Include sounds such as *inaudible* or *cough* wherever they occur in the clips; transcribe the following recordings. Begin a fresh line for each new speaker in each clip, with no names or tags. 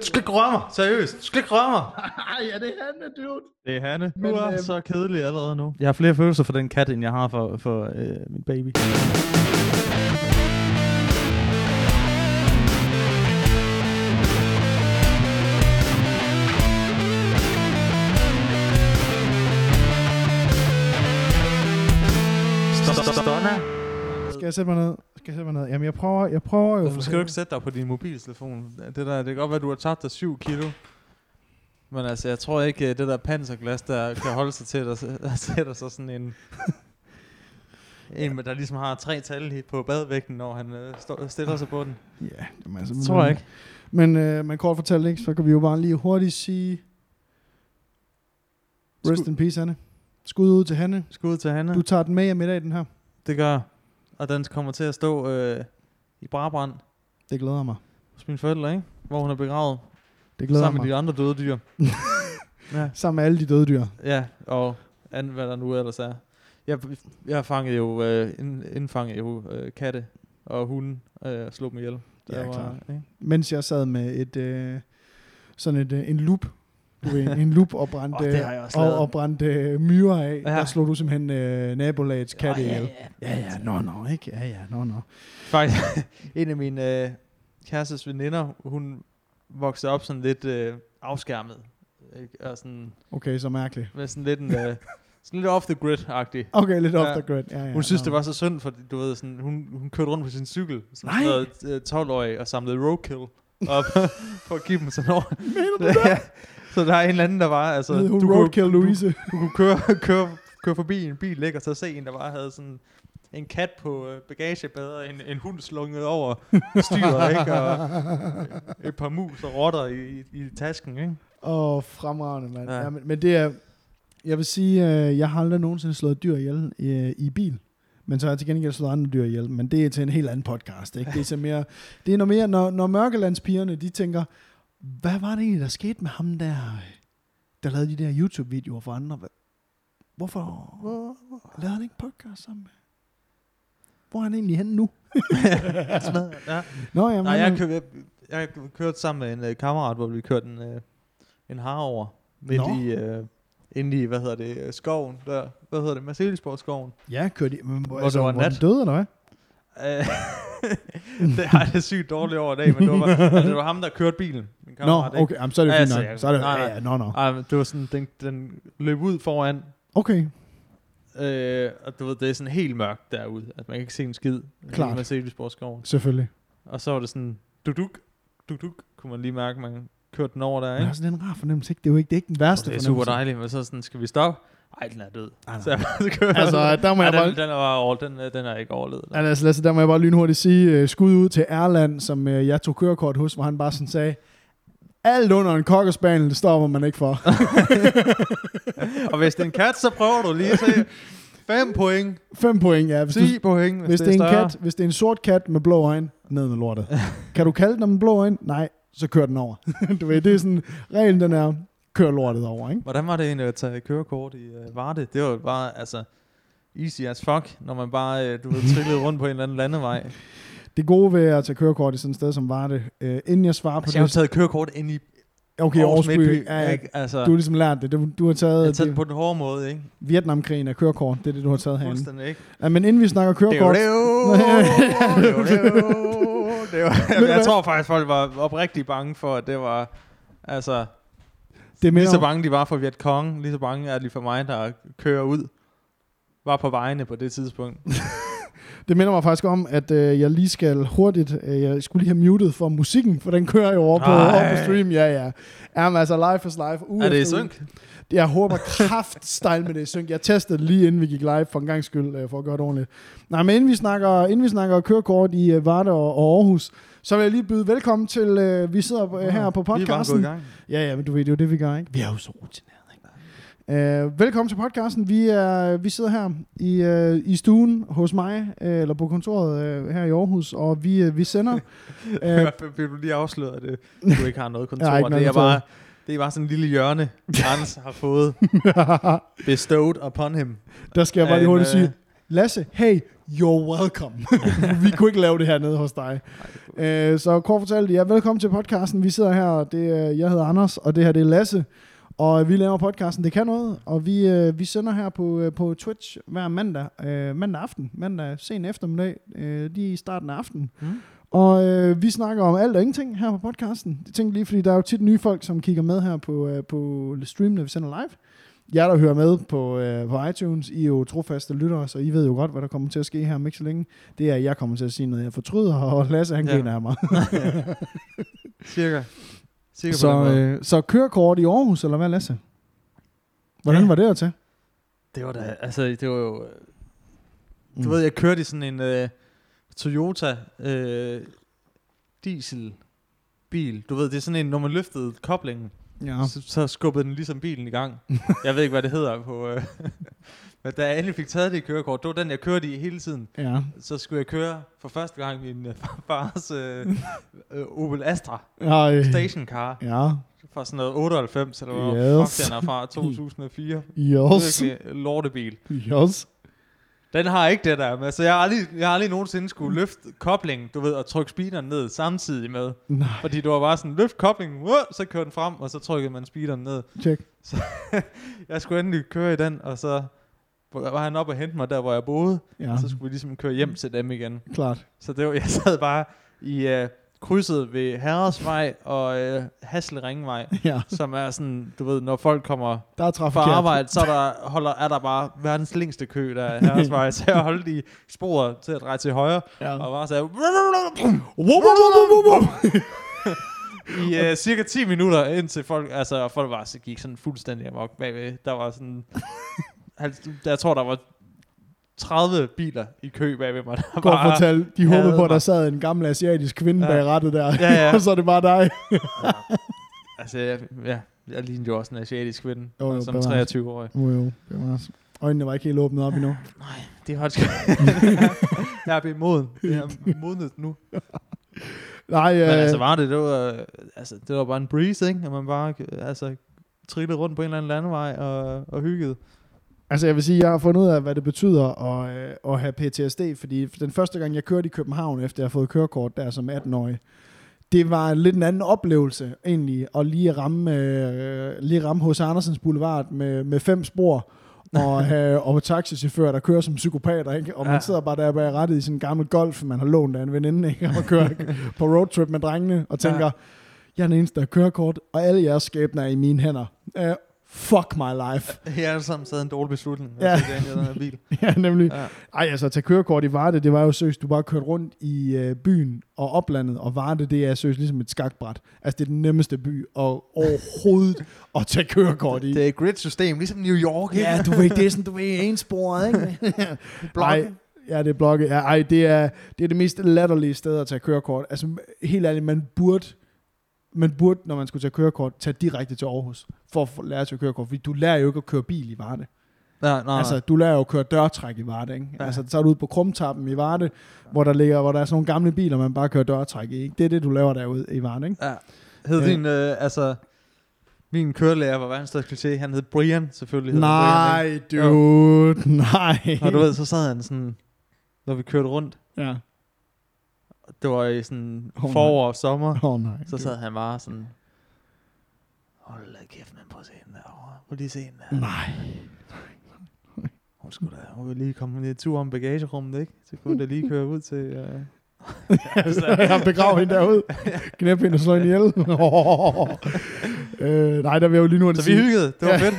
Du skal ikke røre mig, seriøst. Du skal ikke røre mig.
Ej, er det Hanne, dude?
Det er Hanne.
Men,
Du er
øh,
så kedelig allerede nu. Jeg har flere følelser for den kat, end jeg har for, for øh, min baby.
Stop, stop, stop.
Skal jeg sætte mig ned? Skal jeg sætte mig ned? Jamen, jeg prøver, jeg prøver jo.
Hvorfor skal du ikke sætte dig på din mobiltelefon? Det, der, det kan godt være, at du har tabt dig 7 kilo. Men altså, jeg tror ikke, at det der panserglas, der kan holde sig til, at der s- *laughs* der sætter sig sådan en... En, der ligesom har tre tal i- på badvægten, når han øh, står, stiller sig på den.
Ja, jamen, altså,
Det tror jeg ikke.
Men, øh, men kort fortalt ikke, så kan vi jo bare lige hurtigt sige... Rest
Skud.
in peace, Hanne. Skud ud til Hanne.
Skud til Hanna.
Du tager den med hjem i dag, den her.
Det gør jeg. Og den kommer til at stå øh, i Brabrand
Det glæder mig.
hos mine forældre, ikke? Hvor hun er begravet.
Det glæder
Sammen
mig.
med de andre døde dyr.
*laughs*
ja.
Sammen med alle de døde dyr.
Ja, og andet, hvad der nu ellers er. Jeg, jeg fangede jo, øh, ind- indfangede jo øh, katte og hunde øh, og slog dem ihjel.
Ja, klart.
Ikke?
Mens jeg sad med et... Øh, sådan et, øh, en loop. Du ved, en loop og brændte,
Åh, det har jeg også
og,
lavet.
og brændte øh, myrer af. Ja.
Ja.
Der slog du simpelthen øh, nabolagets katte ihjel.
ja.
Ja, ja, nå, nå, ikke? Ja, ja, nå, nå.
Faktisk, *laughs* en af mine øh, kærestes veninder, hun voksede op sådan lidt øh, afskærmet. Ikke? Og sådan,
Okay, så mærkeligt.
med sådan lidt en... Øh, sådan lidt off the grid-agtig.
Okay, lidt off
Ja.
the grid. Ja, ja,
Hun synes,
nå,
det
nå.
var så synd, for du ved, sådan, hun, hun kørte rundt på sin cykel, som
Nej.
sådan noget øh, 12-årig, og samlede roadkill
*laughs*
op, for at give dem sådan over.
Mener du det?
*laughs* ja. Så der er en eller anden, der var, altså,
Hed
du
Hun
kunne,
roadkill Louise.
du kunne køre, *laughs* køre, køre forbi en bil, ikke, og så se en, der bare havde sådan en kat på øh, bagagebadet, en, en hund slunget over
*laughs*
styret, ikke, og et par mus og rotter i, i, i tasken,
*laughs*
ikke?
Åh, fremragende, mand. Ja.
Ja.
Ja, men, men det er... Jeg vil sige, øh, jeg har aldrig nogensinde slået dyr ihjel øh, i bil. Men så har jeg til gengæld slået andre dyr ihjel. Men det er til en helt anden podcast, ikke? Det er, så mere, det er noget mere, når, når mørkelandspigerne, de tænker, hvad var det egentlig, der skete med ham der, øh, der lavede de der YouTube-videoer for andre? Hva- Hvorfor lavede han ikke podcast sammen med? Hvor er han egentlig henne nu?
ja.
Nå, jamen, øh,
Nej,
han
jeg,
er-
køb, jeg, jeg kørte sammen med en øh, kammerat, hvor vi kørte en, øh, en har over. Midt
Nå.
i, øh, inde i, hvad hedder det, øh, skoven der. Hvad hedder det, Marcelisborg-skoven.
Ja, kørte de, men, hvor,
Hvor
altså,
det var
var hvor den
nat.
døde, eller hvad?
Øh, *laughs* det har jeg det sygt dårligt over i dag, men det var,
*laughs*
altså, det var ham, der kørte bilen. Min kammerat,
Nå, okay, jamen, så er det jo
Ja,
fint
så
nok.
jeg-
Så er det, jo-
nej,
ja,
nej.
ja, nå, nå.
Ej, men det var sådan, den, den løb ud foran,
Okay,
øh, og du ved, det er sådan helt mørkt derude, at man kan ikke se en skid
Klart.
i Marcelisborg-skoven.
selvfølgelig.
Og så var det sådan, duduk, duduk, kunne man lige mærke, man kørte den over der,
Men
ikke?
det er sådan en rar fornemmelse, ikke? Det er jo ikke, det er ikke den værste
det er super
fornemmelse.
dejligt, men så sådan, skal vi stoppe? Ej, den er død.
nej.
Så, så kører
Ah. Altså, der må
Ej,
jeg
den,
bare...
den, er bare over, den, øh, den er ikke overlevet. Nej.
Altså, Lasse, der må jeg bare lynhurtigt sige uh, skud ud til Erland, som uh, jeg tog kørekort hos, hvor han bare sådan sagde, alt under en kokkerspanel, det stopper man ikke for.
*laughs* Og hvis det er en kat, så prøver du lige at se. 5 point,
Fem point, ja. Hvis, du,
10 point, hvis,
hvis det er en
større.
kat, hvis det er en sort kat med blå øjne, ned med lortet.
*laughs*
kan du kalde den med blå øjne? Nej, så kør den over. *laughs* du ved, det er sådan, reglen den er, kør lortet over, ikke?
Hvordan var det egentlig at tage kørekort i øh, Varde? Det var jo bare, altså, easy as fuck, når man bare, øh, du ved, trillede rundt på en eller anden
*laughs*
landevej.
Det gode ved at tage kørekort i sådan et sted som var det, øh, inden jeg svarer på
Altså, jeg har jo
det,
taget kørekort ind i
okay, Aarhus, Midtby, ja, ja,
ikke? Altså,
du har ligesom lært det, du, du har taget,
jeg har
det-
taget den på den hårde måde, ikke?
Vietnamkrigen er kørekort, det er det, du har taget herinde.
Fuldstændig, ikke?
Ja, men inden vi snakker
Det var
kørekort,
det jo,
*laughs*
det var det jo, det var-
Ved du
Jeg
hvad?
tror faktisk, folk var oprigtigt bange for, at det var, altså,
det er
Lige så
mere,
bange de var for Vietcong, lige så bange er de for mig, der kører ud, var på vejene på det tidspunkt.
det minder mig faktisk om, at øh, jeg lige skal hurtigt, øh, jeg skulle lige have muted for musikken, for den kører jo over på,
Nej.
over på stream, ja ja. Jamen altså, live is live. Uge
er det i
efter uge.
synk?
Jeg håber kraftstejl med det i synk. Jeg testede lige inden vi gik live, for en gang skyld, øh, for at gøre det ordentligt. Nej, men inden vi snakker, inden vi snakker kørekort i øh, Varde og, og Aarhus, så vil jeg lige byde velkommen til, øh, vi sidder øh, her på
Vi er bare gået i
podcasten.
gang.
Ja, ja, men du ved, det er jo det, vi gør, ikke? Vi er jo så rutineret, ikke? Øh, velkommen til podcasten. Vi, er, vi sidder her i, øh, i stuen hos mig, øh, eller på kontoret øh, her i Aarhus, og vi, øh, vi
*laughs*
sender... øh,
Øh. Vil du lige afsløre, at øh, du ikke har noget kontor?
*laughs* Jeg har ikke
det, er
noget kontor.
bare, det er bare sådan en lille
*laughs*
hjørne, Anders har fået bestowed upon him.
der skal jeg bare lige
En,
hurtigt
øh,
sige, Lasse, hey, you're welcome. *laughs* vi kunne ikke lave det her nede hos dig. Øh, så kort fortalt, ja, velkommen til podcasten. Vi sidder her, og det, er- jeg hedder Anders, og det her det er Lasse. Og vi laver podcasten, det kan noget, og vi, øh, vi sender her på, øh, på Twitch hver mandag, øh, mandag aften, mandag sen eftermiddag, øh, lige i starten af aftenen. Mm.
Mm.
Og øh, vi snakker om alt og ingenting her på podcasten. Jeg tænkte lige, fordi der er jo tit nye folk, som kigger med her på, øh, på stream, når vi sender live. Jer, der hører med på, øh, på iTunes, I er jo trofaste lyttere, så I ved jo godt, hvad der kommer til at ske her om ikke så længe. Det er, at jeg kommer til at sige noget, jeg fortryder, *laughs* og Lasse, han
Ja.
griner af mig.
Cirka. Cirka så, på
Så,
den måde.
øh, så kørekort i Aarhus, eller hvad, Lasse? Hvordan
Ja.
var det at tage?
Det var da, altså, det var jo... øh, Du
Mm.
ved, jeg kørte i sådan en øh, Toyota øh, dieselbil. Du ved, det er sådan en, når man løftede koblingen,
ja.
ja. så, så skubbede den ligesom bilen i gang. jeg ved ikke, hvad det hedder på... Øh, *laughs* men da jeg endelig fik taget det kørekort, det var den, jeg kørte i hele tiden.
ja.
Så skulle jeg køre for første gang min øh, *laughs* fars øh, øh, Opel Astra
Ej.
stationcar
øh, Ja.
fra sådan noget 98, eller hvor yes.
Yes.
fuck den er fra, 2004.
Yes.
Virkelig lortebil.
Yes.
Den har ikke det der med, så jeg har aldrig, jeg har aldrig nogensinde skulle løfte koblingen, du ved, og trykke speederen ned samtidig med.
Nej,
Fordi du var bare sådan, løft koblingen, uh, så kørte den frem, og så trykkede man speederen ned.
tjek.
Jeg skulle endelig køre i den, og så var han oppe og hente mig der, hvor jeg boede,
Ja,
og så skulle vi ligesom køre hjem til dem igen.
klart.
Så det var, jeg sad bare i øh, krydset ved Herresvej og øh, Hasselringvej,
Ja,
som er sådan, du ved, når folk kommer
der er trafik.
fra arbejde, så er der, holder, er der bare verdens længste kø, der er herresvej, så jeg holdt i sporet til at dreje til højre,
Ja.
og bare sagde, *laughs*
Wup, wup, wup, wup, wup.
i uh, cirka 10 minutter, indtil folk, altså og folk var, så gik sådan fuldstændig amok bagved, der var sådan, halv- jeg tror der var 30 biler i kø bagved mig, der
Godt
bare,
fortalt. De håbede
Ja,
på, at der
man-
sad en gammel asiatisk kvinde
Ja.
bag rattet der.
Ja, ja.
og *laughs* så er det bare dig.
ja, altså jeg- ja, jeg lignede jo også en asiatisk altså kvinde,
Jo, jo,
som
bevares.
23-årig.
Jo, jo. Det var altså- Øjnene var ikke helt åbnet op endnu.
Nej, det er faktisk, *laughs* jeg er blevet moden, jeg er modnet nu.
Nej, øh,
Men altså var det, det var, øh, altså, det var bare en breeze, ikke? At man bare øh, altså, trillede rundt på en eller anden landevej og, og hyggede.
Altså jeg vil sige, jeg har fundet ud af, hvad det betyder at, øh, at have PTSD, fordi den første gang, jeg kørte i København, efter jeg har fået kørekort der som 18-årig, det var lidt en anden oplevelse egentlig, at lige ramme, øh, lige ramme hos Andersens Boulevard med, med fem spor,
*laughs*
og, have, og taxichauffører, der kører som psykopater, ikke? og man
Ja.
sidder bare der bag rettet i sådan en gammel golf, man har lånt af en veninde, ikke? og kører på roadtrip med drengene, og tænker,
Ja.
jeg er den eneste, der har kørekort, og alle jeres skæbner er i mine hænder. Uh, fuck my life.
Jeg alle sammen taget en dårlig beslutning.
Ja.
Ja. Altså, det er den her
*laughs*
bil.
Ja, nemlig.
Ja.
Ej, altså at tage kørekort i Varde, det var jo seriøst, du bare kørte rundt i øh, byen og oplandet, og Varde, det er seriøst ligesom et skakbræt. Altså det er den nemmeste by og
*laughs*
overhovedet at tage kørekort i.
Det er et grid-system, ligesom New York. ikke?
Ja, du ved, det er sådan, du ved, ensporet, *laughs* ikke?
Blokke.
Ej, ja, det er blokke. Ja, ej, det er, det er det mest latterlige sted at tage kørekort. Altså, helt ærligt, man burde, man burde, når man skulle tage kørekort, tage direkte til Aarhus for at få- lære at tage kørekort, fordi du lærer jo ikke at køre bil i Varde.
Nej, nej,
Altså,
altså,
du lærer jo at køre dørtræk i Varde, ikke? Ja.
Ja.
Altså, så er du ude på Krumtappen i Varde, hvor der ligger, hvor der er sådan nogle gamle biler, man bare kører dørtræk i, ikke? Det er det, du laver derude i Varde, ikke?
ja. Hed
Øh.
din, øh, altså, min kørelærer var verdens største kliché. Han hed Brian, selvfølgelig. hed han Brian,
Nej, dude, nej.
ikke? Og du ved, så sad han sådan, når vi kørte rundt.
Ja.
Det var i sådan
Åh, nej.
forår og sommer.
Åh, oh, nej.
Så
dude.
sad han bare sådan, hold da kæft, man prøv at se hende derovre. Prøv lige at se hende der.
Nej.
Hun skulle da, hun ville lige komme en tur om bagagerummet, ikke? Så kunne hun da *laughs* lige køre ud til... Øh...
*laughs* Jeg begrav hende derude. Knæp hende og slå
*laughs*
hende ihjel. øh, nej, der vil jeg jo lige nu at
Så vi
sige,
hyggede, det var
Ja.
fedt.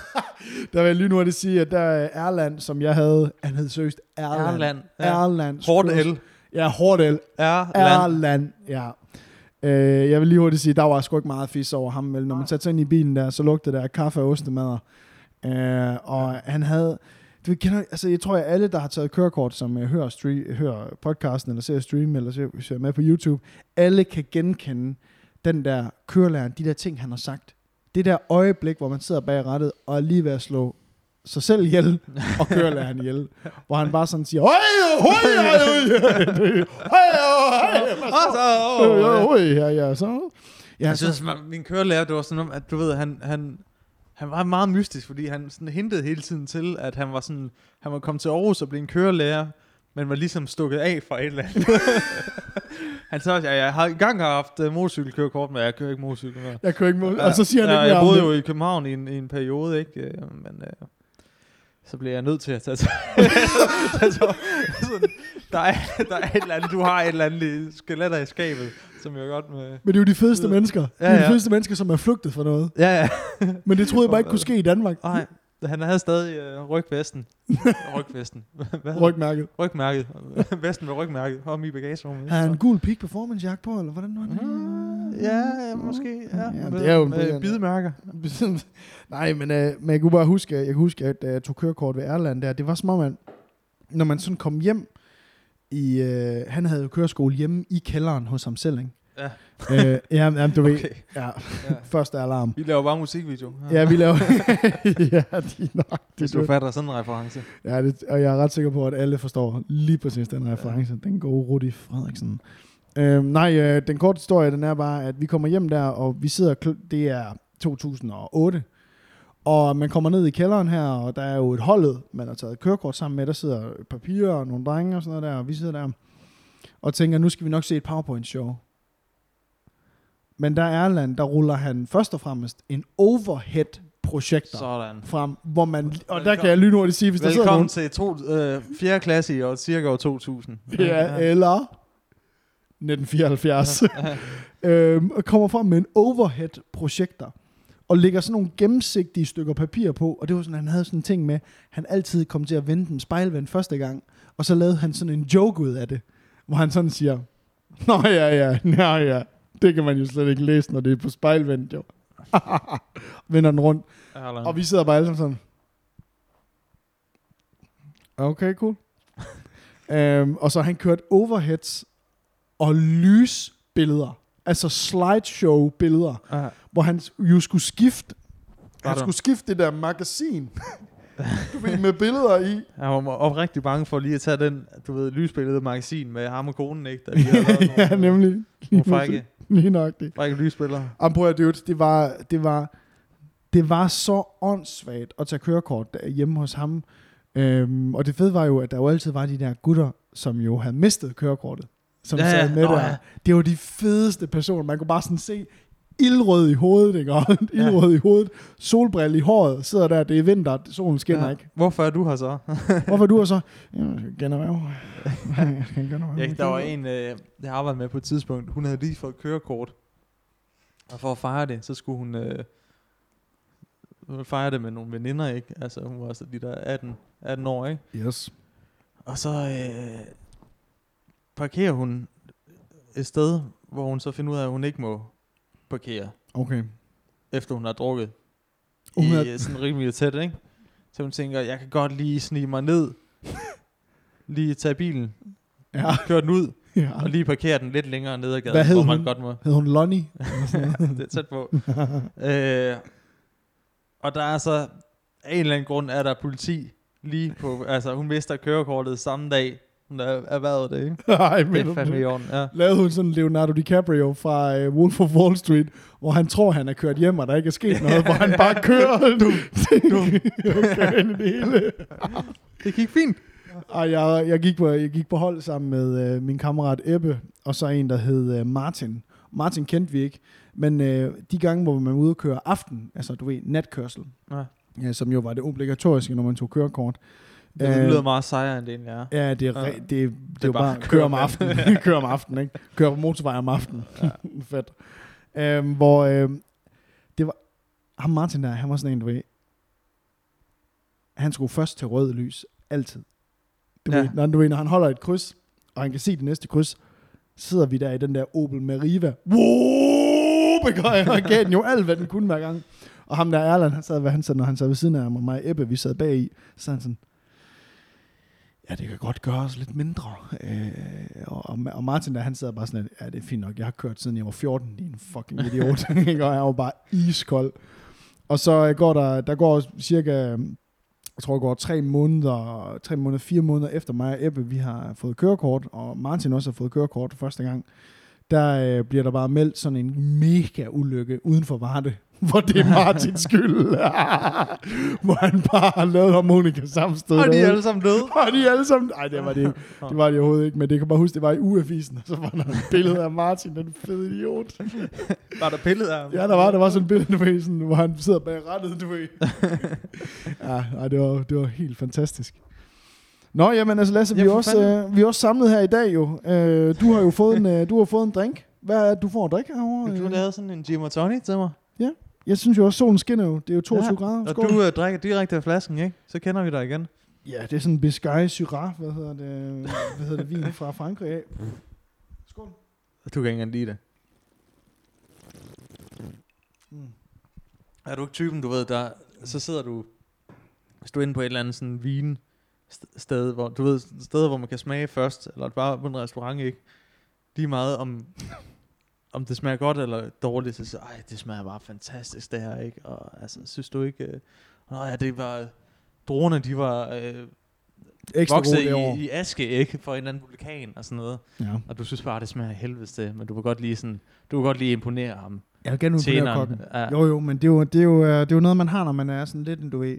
*laughs* der vil jeg lige nu at sige, at der er Erland, som jeg havde, han hed seriøst
*laughs*
Erland.
Erland. Ja.
Erland.
Hårdt el.
Ja, hårdt el.
Erland.
Erland, ja. Øh, jeg vil lige hurtigt sige, der var sgu ikke meget fis over ham. Vel. Når man satte sig ind i bilen der, så lugtede der af kaffe og ostemadder. Øh, og han havde... Du ved, kender, altså, jeg tror, at alle, der har taget kørekort, som uh, hører, stream, hører podcasten, eller ser stream, eller ser, ser med på YouTube, alle kan genkende den der kørelærer, de der ting, han har sagt. Det der øjeblik, hvor man sidder bag rattet og er lige ved at slå sig selv ihjel, og kørelæreren ihjel. Hvor han bare sådan siger, Høj, høj, høj, høj, høj, høj,
Og så,
Øh,
åh,
ja,
ja.
øh, ja, ja, så. Ja,
Jeg
så,
synes, man, min kørelærer, det var sådan, om, at du ved, han, han, han var meget mystisk, fordi han sådan hintede hele tiden til, at han var sådan, han var kommet til Aarhus og blev en kørelærer, men var ligesom stukket af fra et eller *laughs* andet. han sagde også, at jeg har engang har haft øh, motorcykelkørekort, men jeg kører ikke motorcykel mere.
Jeg kører ikke mod. Og så siger han
ja,
ikke mere
jeg
om
boede
det.
jo i København i en, i en periode, ikke? Øh, Men øh, så blev jeg nødt til at tage til. *laughs* så, sådan, der, er, der er et eller andet, du har et eller andet i skeletter i skabet, som jeg godt med...
Men det er jo de fedeste
Ja.
mennesker. Ja, ja. Det er
Ja,
de
ja.
fedeste mennesker, som er flygtet fra noget.
Ja, ja.
Men det troede jeg bare ikke kunne ske i Danmark.
Nej, han havde stadig øh, rygvesten. rygvesten. Hvad? hedder
Rygmærket.
det? Rygmærket. Vesten med rygmærket. Om i bagagerummet. Mm,
Har han en gul peak performance jakke på, eller hvordan var det?
Ja, ja, måske. Ja,
Ja,
med-
det er jo en
med
brillant-
bidemærker.
*laughs* Nej, men, øh, men jeg kunne bare huske, jeg kan huske, at da jeg tog kørekort ved Erland der, det var som om, at når man sådan kom hjem i, øh, han havde jo køreskole hjemme i kælderen hos ham selv, ikke?
Ja.
øh, ja, jamen, du ved, okay.
*laughs* Okay.
ja,
Ja.
*laughs* første alarm.
Vi laver bare musikvideo.
Ja, vi
*laughs*
laver... *laughs* ja, de er nok.
Hvis du fatter sådan en reference.
Ja, det, og jeg er ret sikker på, at alle forstår lige præcis den reference. Den gode Rudi Frederiksen. Øhm, nej, øh, den korte historie, den er bare, at vi kommer hjem der, og vi sidder, kl- det er 2008, og man kommer ned i kælderen her, og der er jo et holdet, man har taget kørekort sammen med, der sidder papirer og nogle drenge og sådan noget der, og vi sidder der og tænker, nu skal vi nok se et PowerPoint-show. Men der er Erland, der ruller han først og fremmest en overhead-projektor
Sådan.
frem, hvor man... Og der
Velkommen.
kan jeg lynhurtigt sige, hvis der sidder
Velkommen til
nogen...
to, øh, 4. klasse i år, cirka år 2000.
Ja, eller 1974. *laughs* øhm, og kommer frem med en overhead-projekter og lægger sådan nogle gennemsigtige stykker papir på, og det var sådan, han havde sådan en ting med, han altid kom til at vende den spejlvend første gang, og så lavede han sådan en joke ud af det, hvor han sådan siger, Nå ja, ja, nå ja, det kan man jo slet ikke læse, når det er på spejlvendt, jo. *laughs* Vender den rundt,
Erland.
Og vi sidder bare alle sammen sådan. Okay, cool. *laughs* øhm, og så har han kørt overheads og lysbilleder. Altså slideshow-billeder,
Ja.
hvor han jo skulle skifte. Han
Pardon.
skulle skifte det der magasin du ved, med billeder i.
Jeg var oprigtig bange for lige at tage den, du ved, lysbillede magasin med ham og konen, ikke? Der lige
*laughs*
har lavet
ja,
nogle,
nemlig.
nogle
præcis.
frække,
Lige nok det.
frække lysbilleder.
Jamen, prøv at høre, dude, det var, det var, det var så åndssvagt at tage kørekort der- hjemme hos ham. Øhm, og det fede var jo, at der jo altid var de der gutter, som jo havde mistet kørekortet, som ja,
Ja,
sad med
nå
der.
ja.
Det var de fedeste personer. Man kunne bare sådan se ildrød i hovedet, ikke? *laughs* Og ildrød i hovedet, solbrille i håret, sidder der, det er vinter, solen skinner ja. ikke.
Hvorfor er du her så?
Hvorfor er du er så? Jamen, Jeg skal generhverve. Jeg skal generhverve.
Ja, der var en, øh, jeg arbejdede med på et tidspunkt, hun havde lige fået kørekort. Og for at fejre det, så skulle hun øh, hun fejre det med nogle veninder, ikke? Altså, hun var så de der 18, 18 år, ikke?
Yes.
Og så øh, parkerer hun et sted, hvor hun så finder ud af, at hun ikke må parkere,
Okay.
efter hun har drukket.
Hun
Hun
har-
I, øh, sådan rimelig tæt, ikke? Så hun tænker, jeg kan godt lige snige mig ned, lige tage bilen,
*laughs* Ja.
køre den ud,
ja.
og lige parkere den lidt længere ned ad gaden,
Hvad hed
hvor man
hun?
godt
*laughs*
må.
Hed hun Lonnie?
det er tæt
*laughs*
på. øh, og der er så, af en eller anden grund, er der politi lige på, altså hun mister kørekortet samme dag, hun er erhvervet det, ikke?
Nej,
Det
men
er fandme i orden, ja.
lavede hun sådan Leonardo DiCaprio fra øh, Wolf of Wall Street, hvor han tror, han er kørt hjem, og der ikke er
*laughs*
sket noget, hvor han bare kører. Du, du. kører ind i det hele.
Det gik fint.
Og jeg, jeg, gik på, jeg gik på hold sammen med øh, min kammerat Ebbe, og så en, der hed øh, Martin. Martin kendte vi ikke, men øh, de gange, hvor man var ude og køre aften, altså du ved, natkørsel,
Ja.
ja, som jo var det obligatoriske, når man tog kørekort.
Det
Øh,
lyder meget sejere, end det egentlig er.
Ja, det er, re-
Ja.
det, det, det er jo bare,
bare
kør om
køre
aftenen. *laughs* kør om aftenen, ikke? Kør på motorvej om aftenen. Ja. *laughs* Fedt. Øhm, hvor øhm, det var, ham Martin der, han var sådan en, du ved, han skulle først til rød lys, altid. Du, ja.
Ja.
ved, når, du ved, når han holder et kryds, og han kan se det næste kryds, sidder vi der i den der Opel Meriva. Whoop! Og gav den jo alt, hvad den kunne hver gang. Og ham der Erland, han sad, hvad han sad, når han sad ved siden af ham, og mig og Ebbe, vi sad bag i, så sad han sådan, ja, det kan godt gøres lidt mindre. Øh, og, og, og, Martin der, han sad bare sådan, ja, det er fint nok, jeg har kørt siden jeg var 14, din fucking idiot. *laughs* Ikke? og jeg var bare iskold. Og så øh, går der, der går cirka, øh, jeg tror, det går tre måneder, tre måneder, fire måneder efter mig og Ebbe, vi har fået kørekort, og Martin også har fået kørekort første gang, der øh, bliver der bare meldt sådan en mega ulykke uden for Varde, *laughs* hvor det er Martins skyld. *laughs* hvor han bare har lavet harmonika samme sted.
Og de er
derude.
alle sammen døde.
Og de alle sammen... Nej, det var det ikke. Det var det overhovedet ikke, men det kan bare huske, det var i uafisen, og så var der et billede af Martin, den fede idiot.
Var der pillet af dem?
Ja, der var, der var sådan et billede, du ved, sådan, hvor han sidder bag rettet, du ved. ja, ej, det, var, det var helt fantastisk. Nå, jamen altså Lasse, vi
Ja,
er,
for
også,
fanden.
øh, vi er også samlet her i dag jo. Øh, du har jo fået en, øh, du har fået en drink. Hvad er det, du får at drikke
Du
herovre? Øh,
lavede sådan en gin og tonic til mig.
Jeg synes jo også, solen skinner jo. Det er jo 22 ja, grader.
Og
Skål.
du øh, drikker direkte af flasken, ikke? Så kender vi dig igen.
Ja, det er sådan en Biscay Syrah, hvad hedder det, øh, hvad hedder det vin fra Frankrig af. Skål.
Du kan ikke engang lide det.
Mm.
Er du ikke typen, du ved, der... Så sidder du... Hvis du er inde på et eller andet sådan vin sted, hvor, du ved, steder, hvor man kan smage først, eller bare på en restaurant, ikke? De er meget om, om det smager godt eller dårligt, så siger ej, det smager bare fantastisk, det her, ikke? Og altså, synes du ikke... Øh, Nå ja, det var... Druerne, de var øh,
Ekstra god
vokset
det år.
i, i, aske, ikke? For en eller anden vulkan og sådan noget.
Ja.
Og du synes bare, det smager af helvedes til, men du vil godt lige sådan... Du vil godt lige imponere ham.
Jeg vil gerne imponere
Tjeneren.
kokken.
Ja.
Jo, jo, men det er jo, det, er jo, øh, det er jo noget, man har, når man er sådan lidt, en, du ved...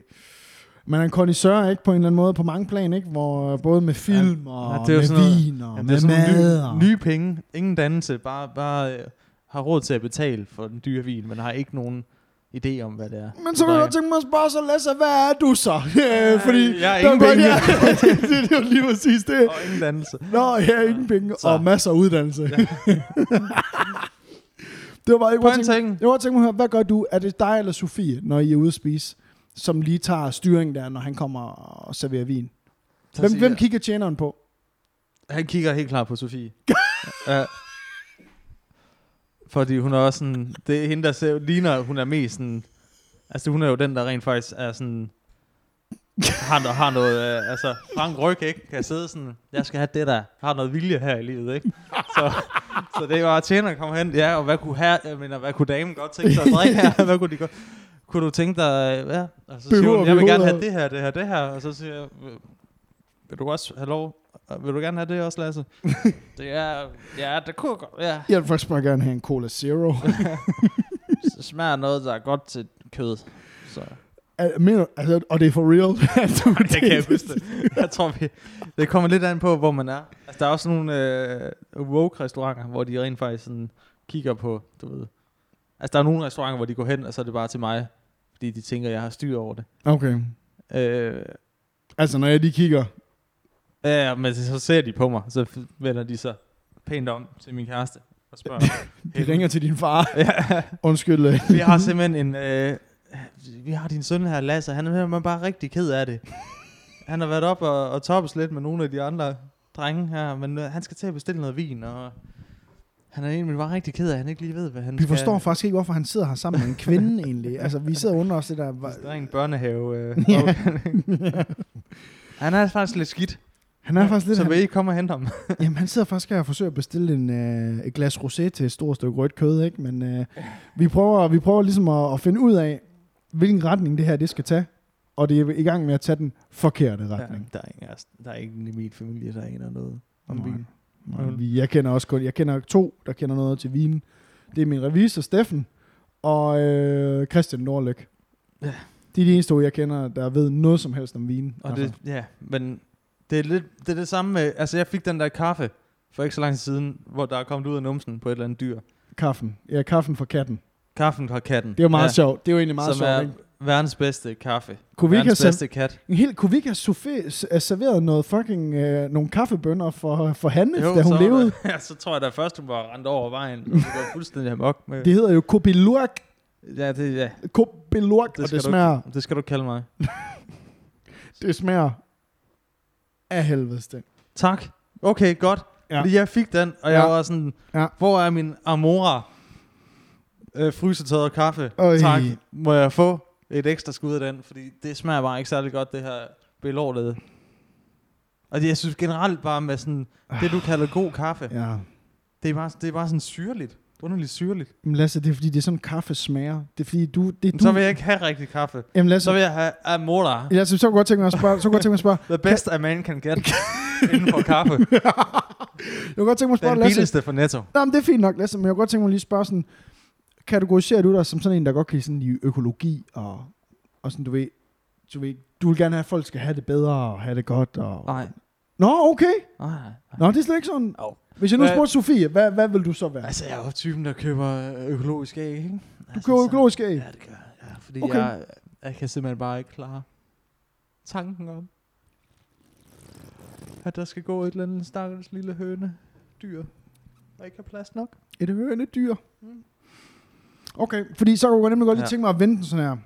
Man er en connoisseur, ikke? På en eller anden måde, på mange plan, ikke? Hvor øh, både med film og
ja,
ja,
det er
det
jo
med
sådan noget-
vin og
Ja,
ja,
det er
med
sådan
mad
nogle
og...
nye, nye penge, ingen dannelse, bare, bare øh, har råd til at betale for den dyre vin, men har ikke nogen idé om, hvad det er.
Men så kunne jeg godt tænke mig at spørge så, Lasse, hvad er du så? *laughs* Øh, Fordi
jeg har
der
ingen
var-
penge.
*laughs* Ja, det, det *laughs* er jo lige præcis det.
Og ingen dannelse.
Nå, jeg har ingen penge
Så.
og masser af uddannelse. *laughs* det var bare ikke...
Prøv
jeg
at
tænkte-
tænke.
Jeg var tænke mig at høre, hvad gør du? Er det dig eller Sofie, når I er ude at spise, som lige tager styringen der, når han kommer og serverer vin?
Så
Hvem,
siger
hvem
jeg-
kigger tjeneren på?
Han kigger helt klart på
*laughs*
Sofie. ja. Fordi hun er også sådan, det er hende, der ser, ligner, hun er mest sådan, altså hun er jo den, der rent faktisk er sådan, har, no- har noget, øh, altså frank ryg, ikke? Kan sidde sådan, jeg skal have det der, har noget vilje her i livet, ikke? Så, så det var tjeneren kom hen, ja, og hvad kunne, her, jeg mener, hvad kunne damen godt tænke sig at drikke her? Hvad kunne de godt? Kunne du tænke dig, øh, ja? Og så siger
Behøver
hun, jeg
vi
vil gerne have det
overhovedet-
her, det her, det her. Og så siger jeg, "Vil- vil du også have lov? Vil du gerne have det også, Lasse? *laughs* det er, ja, det kunne godt, ja.
Jeg vil faktisk bare gerne have en Cola Zero. *laughs*
Det smager noget, der er godt til kød. *laughs* Så.
Al- mener, du- altså, og det er for real. *laughs*
Det kan jeg huske det. Jeg tror, vi, det kommer lidt an på, hvor man er. Altså, der er også nogle øh, woke-restauranter, hvor de rent faktisk sådan kigger på, du ved. Altså, der er nogle restauranter, hvor de går hen, og så er det bare til mig, fordi de tænker, jeg har styr over det.
Okay.
Øh,
Altså, når jeg lige kigger.
ja, men så ser de på mig, så f- vender de sig pænt om til min kæreste og *laughs* spørger.
De ringer til din far. *laughs*
ja,
Undskyld. øh.
Vi har simpelthen en... Øh, vi har din søn her, Lasse. Han er simpelthen bare rigtig ked af det. Han har været op og, og toppes lidt med nogle af de andre drenge her, men øh, han skal til at bestille noget vin, og han er egentlig bare rigtig ked af, at han ikke lige ved, hvad han
Vi
skal...
forstår faktisk ikke, hvorfor han sidder her sammen med en
*laughs*
kvinde egentlig. Altså, vi sidder under os det der...
Hvis Der er en børnehave. Øh,
Ja.
han er faktisk lidt skidt,
Han er faktisk lidt...
så
Han,
vil I ikke komme og hente ham?
jamen, han sidder faktisk her og forsøger at bestille en, øh, et glas rosé til et stort stykke rødt kød, ikke? Men øh, vi, prøver, vi prøver ligesom at, at finde ud af, hvilken retning det her det skal tage. Og det er i gang med at tage den forkerte retning.
der, er ingen, af os- der er ingen i min familie, der aner noget om
Nej.
vin.
Nej, vi- Jeg kender også kun, jeg kender to, der kender noget til vinen. Det er min revisor, Steffen, og øh, Christian Nordlyk.
Ja.
De er de eneste, to, jeg kender, der ved noget som helst om vinen. Altså,
Og det, ja, men det er, lidt, det er det samme med, altså jeg fik den der kaffe for ikke så lang tid siden, hvor der er kommet ud af numsen på et eller andet dyr.
Kaffen. Ja, kaffen fra katten.
Kaffen fra katten.
Det er jo meget ja.
ja,
sjovt. Det er jo egentlig meget
Som er
sjovt. Ikke?
verdens bedste kaffe.
Kunne vi ikke have,
verdens
serv-
bedste kat.
helt, kunne vi ikke have suffe- s- øh, serveret noget fucking, øh, nogle kaffebønner for, for Hanne, jo,
så,
da hun
var der-
levede?
*laughs* ja, så tror jeg da først, hun var rendt over vejen. Hun var fuldstændig amok med.
Det hedder jo Kobilurk.
ja, det, ja.
Kobilurk,
Det
det og
skal
det
du
smager,
det skal du kalde mig.
det smager af helvedes det.
Tak. Okay, godt.
Ja.
Ja. Fordi jeg fik den, og jeg
Ja.
var sådan,
Ja.
ja. hvor er min Amora øh, frysetøjet kaffe?
Øj.
Tak. Må jeg få et ekstra skud af den? Fordi det smager bare ikke særlig godt, det her belortede. Og det, jeg synes generelt bare med sådan, det du kalder god kaffe, ja.
Ja.
det, er bare, det er bare sådan syrligt. Underligt syrligt.
Jamen Lasse, det er fordi, det er sådan, kaffe smager. Det er fordi, du... Det er
Men
du.
så vil jeg ikke have rigtig kaffe.
Jamen Lasse,
Så vil jeg have Amora. *laughs*
Lasse, så kunne jeg godt tænke mig at spørge, så kunne jeg godt tænke mig at spørge,
The best a man can get inden for kaffe.
Jeg kunne godt tænke mig at
Den
spørge Lasse.
billigste for Netto.
Nå, men det er fint nok, Lasse, men jeg kunne godt tænke mig lige at spørge sådan, kategoriserer du dig som sådan en, der godt kan lide sådan i økologi og, og sådan, du ved, du ved, du vil gerne have, at folk skal have det bedre og have det godt. Og...
Nej,
Nå, okay.
nej, nej.
Nå, det er slet ikke sådan.
Jo.
Hvis jeg nu
Hvad-
spurgte Sofie, hvad, hvad vil du så være?
Altså, jeg er jo typen, der køber øh, økologisk æg, ikke?
Du
Altså,
køber
så-
økologisk æg.
Ja, det gør jeg. Ja, fordi
Okay.
okay. jeg, jeg kan simpelthen bare ikke klare tanken om, at der skal gå et eller andet stakkels lille høne dyr, der ikke har plads nok.
Et hørende dyr.
Mm.
Okay, fordi så kunne jeg nemlig godt lige
Ja.
tænke mig at vente den sådan her.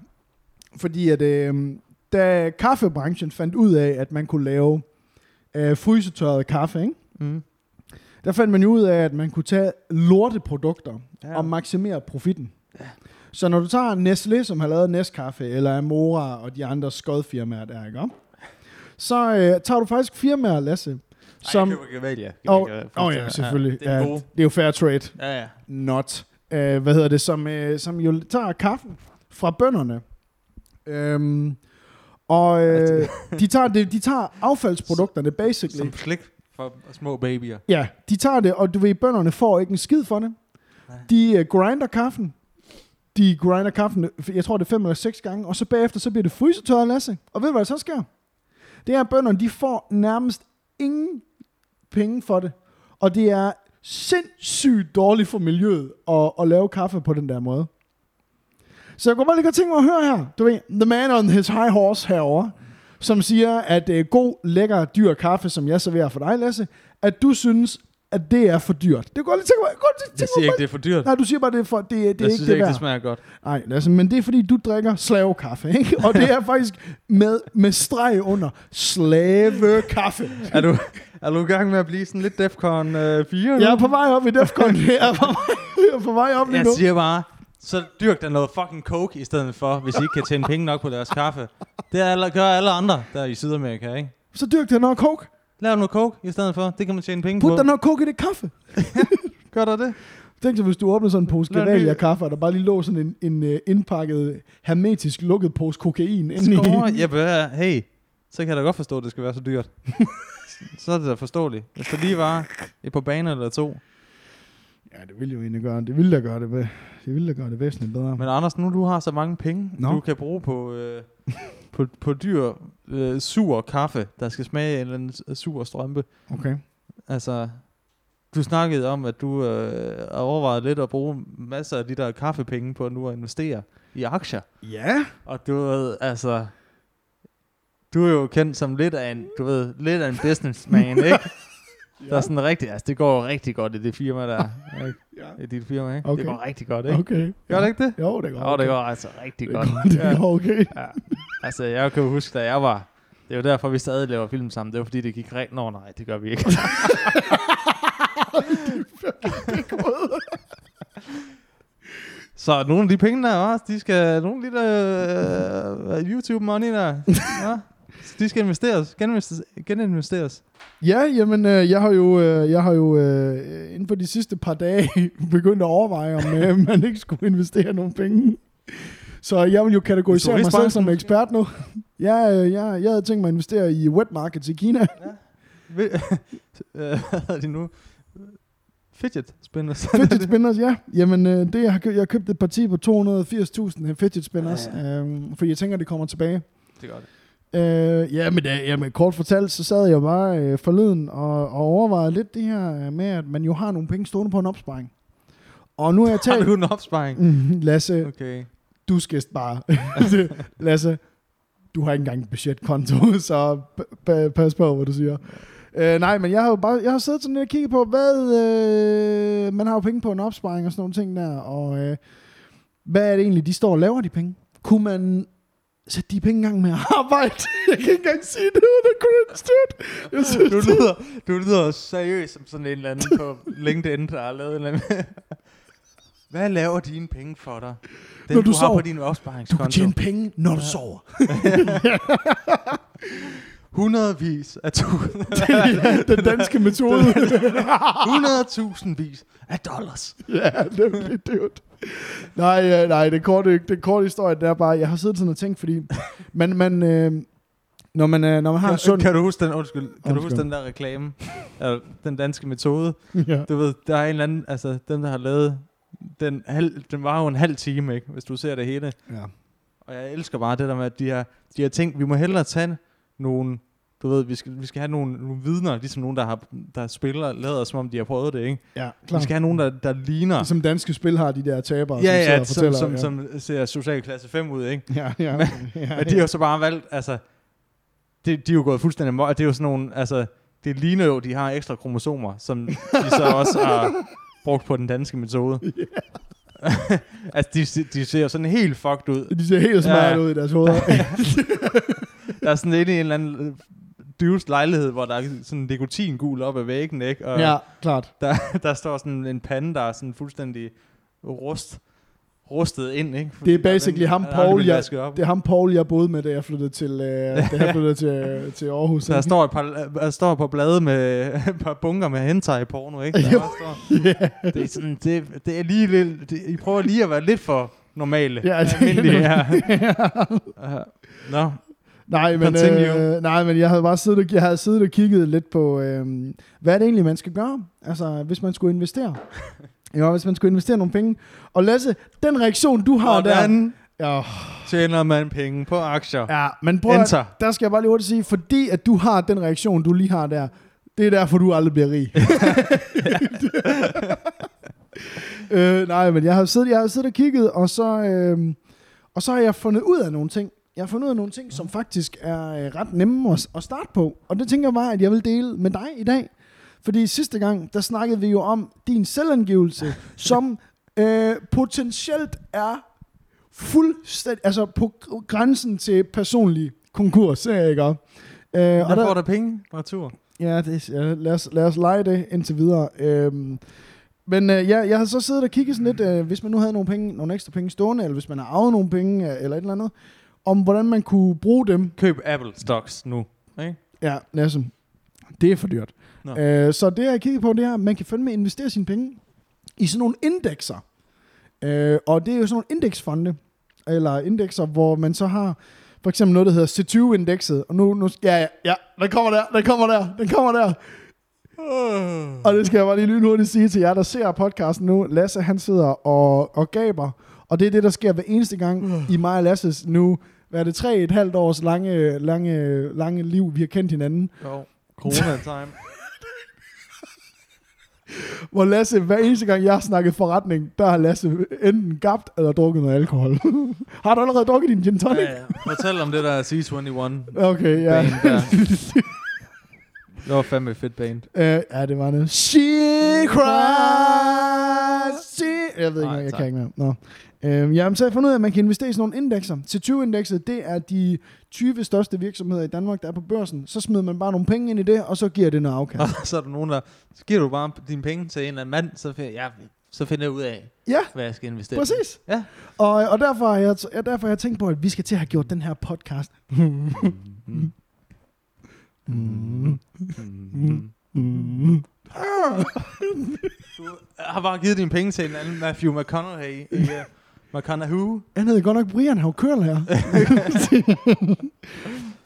Fordi at øh, da kaffebranchen fandt ud af, at man kunne lave øh, frysetørret kaffe, ikke?
Mm.
der fandt man jo ud af, at man kunne tage lorteprodukter
Ja.
ja. og maksimere profitten. Så når du tager Nestlé, som har lavet Nescafé, eller Amora og de andre skodfirmaer der, ikke? Så øh, tager du faktisk firmaer, Lasse, som...
Ej, jeg køber Gevalia.
Åh
Gevalia er
oh,
fuldstændig-
ja, selvfølgelig.
Ja, det er
ja,
ja.
det er jo fair trade
Ja, ja.
not, øh, hvad hedder det, som, øh, som jo tager kaffen fra bønderne. Øhm, og øh, *laughs* de, tager det, de tager affaldsprodukterne, basically.
Som slik for små babyer.
Ja, de tager det, og du ved, bønderne får ikke en skid for det.
Nej.
De øh, grinder kaffen. De grinder kaffen, øh, jeg tror det er fem eller seks gange, og så bagefter, så bliver det frysetørret, Lasse. Og ved du, hvad der så sker? Det er, at bønderne, de får nærmest ingen penge for det. Og det er sindssygt dårligt for miljøet at, at lave kaffe på den der måde. Så jeg kunne bare lige godt tænke mig at høre her, du ved, the man on his high horse herover, som siger, at øh, god, lækker, dyr kaffe, som jeg serverer for dig, Lasse, at du synes, at det er for dyrt. Det kunne jeg lige tænke mig. Jeg, kunne godt lige
Jeg
tænke
siger
mig
ikke,
bare-
det er for dyrt.
Nej, du siger bare, det er, for, det, det er
jeg
ikke
synes
det
ikke, det
værd.
smager godt.
Nej, Lasse, men det er fordi, du drikker slavekaffe, ikke? Og det er faktisk med, med streg under slavekaffe.
Er du, er du i gang med at blive sådan lidt Defcon øh, 4?
Jeg er på vej op i Defcon. Jeg er på vej, jeg er på vej op lige
Jeg
nu.
siger bare, så dyrk der noget fucking coke i stedet for, hvis I ikke kan tjene penge nok på deres kaffe. Det er alle, gør alle andre der i Sydamerika, ikke?
Så dyrk der noget coke.
Lav noget coke i stedet for, det kan man tjene penge
Put
på.
der noget coke i det kaffe.
Gør der det?
Tænk dig, hvis du åbner sådan en pose
Lad den
Gevalia
lige-
kaffe, og der bare lige lå sådan en, en øh, indpakket, hermetisk lukket pose kokain inde i.
Skåre, jeg behøver, hey, så kan jeg da godt forstå, at det skal være så dyrt. så er det da forståeligt. Hvis der lige var et par baner eller to.
Ja, det ville jo egentlig gøre. Det ville da gøre det, væ- det, ville da gøre det væsentligt bedre.
Men Anders, nu du har så mange penge,
Nå.
du kan bruge på, øh, på, på dyr, øh, sur kaffe, der skal smage af en eller anden sur strømpe.
Okay.
Altså, du snakkede om, at du øh, overvejede lidt at bruge masser af de der kaffepenge på nu at investere i aktier.
Ja.
Og du ved, altså... Du er jo kendt som lidt af en, du ved, lidt af en businessman, ikke?
*laughs*
Der er sådan rigtig, altså det går jo rigtig godt i det firma der, ikke?
Ja.
i dit firma, ikke?
Okay.
Det går rigtig godt, ikke?
Okay.
Gør det ikke det?
Jo, det går.
Jo, det går altså rigtig
Det
godt.
går, *laughs* det
Ja.
går okay.
Ja. Altså, jeg kan jo huske, da jeg var... Det er jo derfor, vi stadig laver film sammen. Det var fordi, det gik rent... Nå, nej, det gør vi ikke. *laughs* Så nogle af de penge der også, de skal... Nogle af de der øh, YouTube-money der, ja, de skal investeres, geninvesteres. geninvesteres.
Ja, jamen, øh, jeg har jo, øh, jeg har jo øh, inden for de sidste par dage *laughs* begyndt at overveje, om øh, *laughs* man ikke skulle investere nogle penge. Så jeg vil jo kategorisere mig selv
turistbranchen
som
måske?
ekspert nu. Jeg, øh, jeg, jeg havde tænkt mig at investere i wet markets i Kina.
Ved- *laughs* øh, Hvad hedder de nu? Fidget spinners.
*laughs* Fidget spinners, ja. Jamen, øh, det, jeg har købt, jeg har købt et parti på 280.000 af øh, fidget spinners,
Ja,
ja. øhm, fordi jeg tænker, det kommer tilbage.
det gør det.
Øh, ja, men, ja, men kort fortalt, så sad jeg bare øh, forleden og, og overvejede lidt det her øh, med, at man jo har nogle penge stående på en opsparing. Og nu har jeg
*laughs* Har
talt...
du en opsparing?
Mhm, Lasse,
Okay.
du skal spare. *laughs* Lasse, du har ikke engang en budgetkonto, *laughs* så p- p- pas på, hvad du siger. Øh, nej, men jeg har jo bare, jeg har siddet sådan lidt og kigget på, hvad, øh, man har jo penge på en opsparing og sådan nogle ting der, og øh, hvad er det egentlig, de står og laver de penge? Kunne man sætte de penge i gang med at arbejde? *laughs* jeg kan ikke engang sige det uden at cringe, dude. Jeg synes,
*laughs* Du lyder, du lyder seriøst som sådan en eller anden på LinkedIn, der har lavet en eller anden... *laughs* Hvad laver dine penge for dig? Den,
Når
du,
du
du har
sover.
på din
du kan
opsparingskonto.
tjene penge, når du sover. *laughs*
Hundredvis af
*laughs*
tusind.
Den danske metode.
100.000 vis af dollars.
*laughs* Ja, nemlig, dude. Nej, øh, nej, det korte, det korte historie, det er bare, jeg har siddet sådan og tænkt, fordi man, man, øh, Når man, øh, når man har en
Kan,
sund...
kan, du huske den, undskyld, kan du
Undskyld.
huske den der reklame? Eller den danske metode?
*laughs* ja.
Du ved, der er en eller anden, altså dem der har lavet, den, halv, den var jo en halv time, ikke? Hvis du ser det hele.
ja.
Og jeg elsker bare det der med, at de har, de har tænkt, vi må hellere tage nogle, du ved, vi skal, vi skal have nogle, nogle vidner, ligesom nogen, der, har, der spiller, lader som om de har prøvet det, ikke?
Ja,
Klar.
klart.
Vi skal have nogen, der, der ligner.
Som danske spil har de der tabere,
ja, ja,
som
som,
sidder og
som,
fortæller.
som ser social klasse 5 ud, ikke?
ja. ja, ja. ja,
Men de har jo så bare valgt, altså, det, de er jo gået fuldstændig møg, det er jo sådan nogle, altså, det ligner jo, de har ekstra kromosomer, som de så
*laughs*
også har brugt på den danske metode. *laughs* altså, de, se- de ser jo sådan helt fucked ud.
De ser helt smart
Ja.
ud i deres hoveder.
*laughs*
*laughs*
Der er sådan lidt i en eller anden øh, dyves lejlighed, hvor der er sådan en nikotingul op ad væggen, ikke? Og
ja, klart.
der, *laughs* der står sådan en pande, der er sådan fuldstændig rust, rustet ind, ikke? Fordi
Det
der
er basically
den-
ham,
han har aldrig
Paul,
blevet
jeg,
vasket op.
det er ham, Paul, jeg boede med, da jeg flyttede til, øh, da jeg flyttede til, øh, til Aarhus.
Så der
ikke? *laughs*
står et par, der står på blade med *laughs* et par bunker med hentai porno, ikke? Der
Jo.
bare står, det, er sådan, det, det er lige lidt, det, I prøver lige at være lidt for normale.
Ja, det-
almindelige, ja. Uh,
*laughs*
Nå,
Nej, men,
Continue.
øh, nej, men jeg havde bare siddet og, jeg havde siddet og kigget lidt på, øh, hvad er det egentlig, man skal gøre, altså, hvis man skulle
*laughs*
investere. jo, hvis man skulle investere nogle penge. Og Lasse, den reaktion, du har der...
hvordan
Ja,
tjener man penge på aktier?
ja, men prøv at,
Enter.
der skal jeg bare lige hurtigt sige, fordi at du har den reaktion, du lige har der, det er derfor, du aldrig bliver rig. øh, nej, men jeg har siddet, jeg har siddet og kigget, og så, øh, og så har jeg fundet ud af nogle ting. Jeg har fundet ud af nogle ting, som faktisk er øh, ret nemme at, at starte på. Og det tænker jeg bare, at jeg vil dele med dig i dag. Fordi sidste gang, der snakkede vi jo om din selvangivelse, som øh, potentielt er fuldstændig, altså på gr- grænsen til personlig konkurs, øh, ikke? også? Øh,
Og der får der penge fra tur.
Ja, det, ja lad, os, lad os lege det indtil videre. Øhm, men øh, ja, jeg har så siddet og kigget sådan lidt, øh, hvis man nu havde nogle, penge, nogle ekstra penge stående, eller hvis man har arvet nogle penge, øh, eller et eller andet, om hvordan man kunne bruge dem.
Køb Apple stocks nu. Ikke?
Ja, Lasse, det er for dyrt.
Nå.
Øh, så det, jeg har kigget på, det er, at man kan fandme investere sine penge i sådan nogle indekser. Øh, og det er jo sådan nogle indeksfonde, eller indekser, hvor man så har for eksempel noget, der hedder C20-indekset. Og nu, nu ja, ja, ja, den kommer der, den kommer der, den kommer der. Og det skal jeg bare lige lynhurtigt sige til jer, der ser podcasten nu. Lasse, han sidder og, og gaber. Og det er det, der sker hver eneste gang i mig og Lasses nu, hvad er det, tre et halvt års lange, lange, lange liv, vi har kendt hinanden.
Jo, corona time.
Hvor Lasse, hver eneste gang jeg har snakket forretning, der har Lasse enten gabt eller drukket noget alkohol. *laughs* har du allerede drukket din gin tonic?
ja, ja. *laughs* Fortæl om det der C21
Okay, ja.
band der. Det var fandme et fedt band.
*laughs* Øh, ja, det var noget. She cries. She... Jeg ved ikke,
Nej,
Nej, jeg
tak.
kan ikke mere. Nå. Øhm, jamen, så har jeg fundet ud af, at man kan investere i sådan nogle indekser. C20-indekset, det er de 20 største virksomheder i Danmark, der er på børsen. Så smider man bare nogle penge ind i det, og så giver det noget afkast.
Og så er der nogen, der... Så giver du bare dine penge til en eller anden mand, så, find, ja, så finder jeg ud af,
Ja,
hvad jeg skal investere. i.
præcis.
Ja.
Og, og derfor, har jeg, ja, derfor har jeg tænkt på, at vi skal til at have gjort den her podcast.
Mm.
Mm.
Du har bare givet dine penge til en eller anden Matthew McConaughey. i, øh, McConaughey.
Han hedder godt nok Brian Havkøl
*laughs*
her.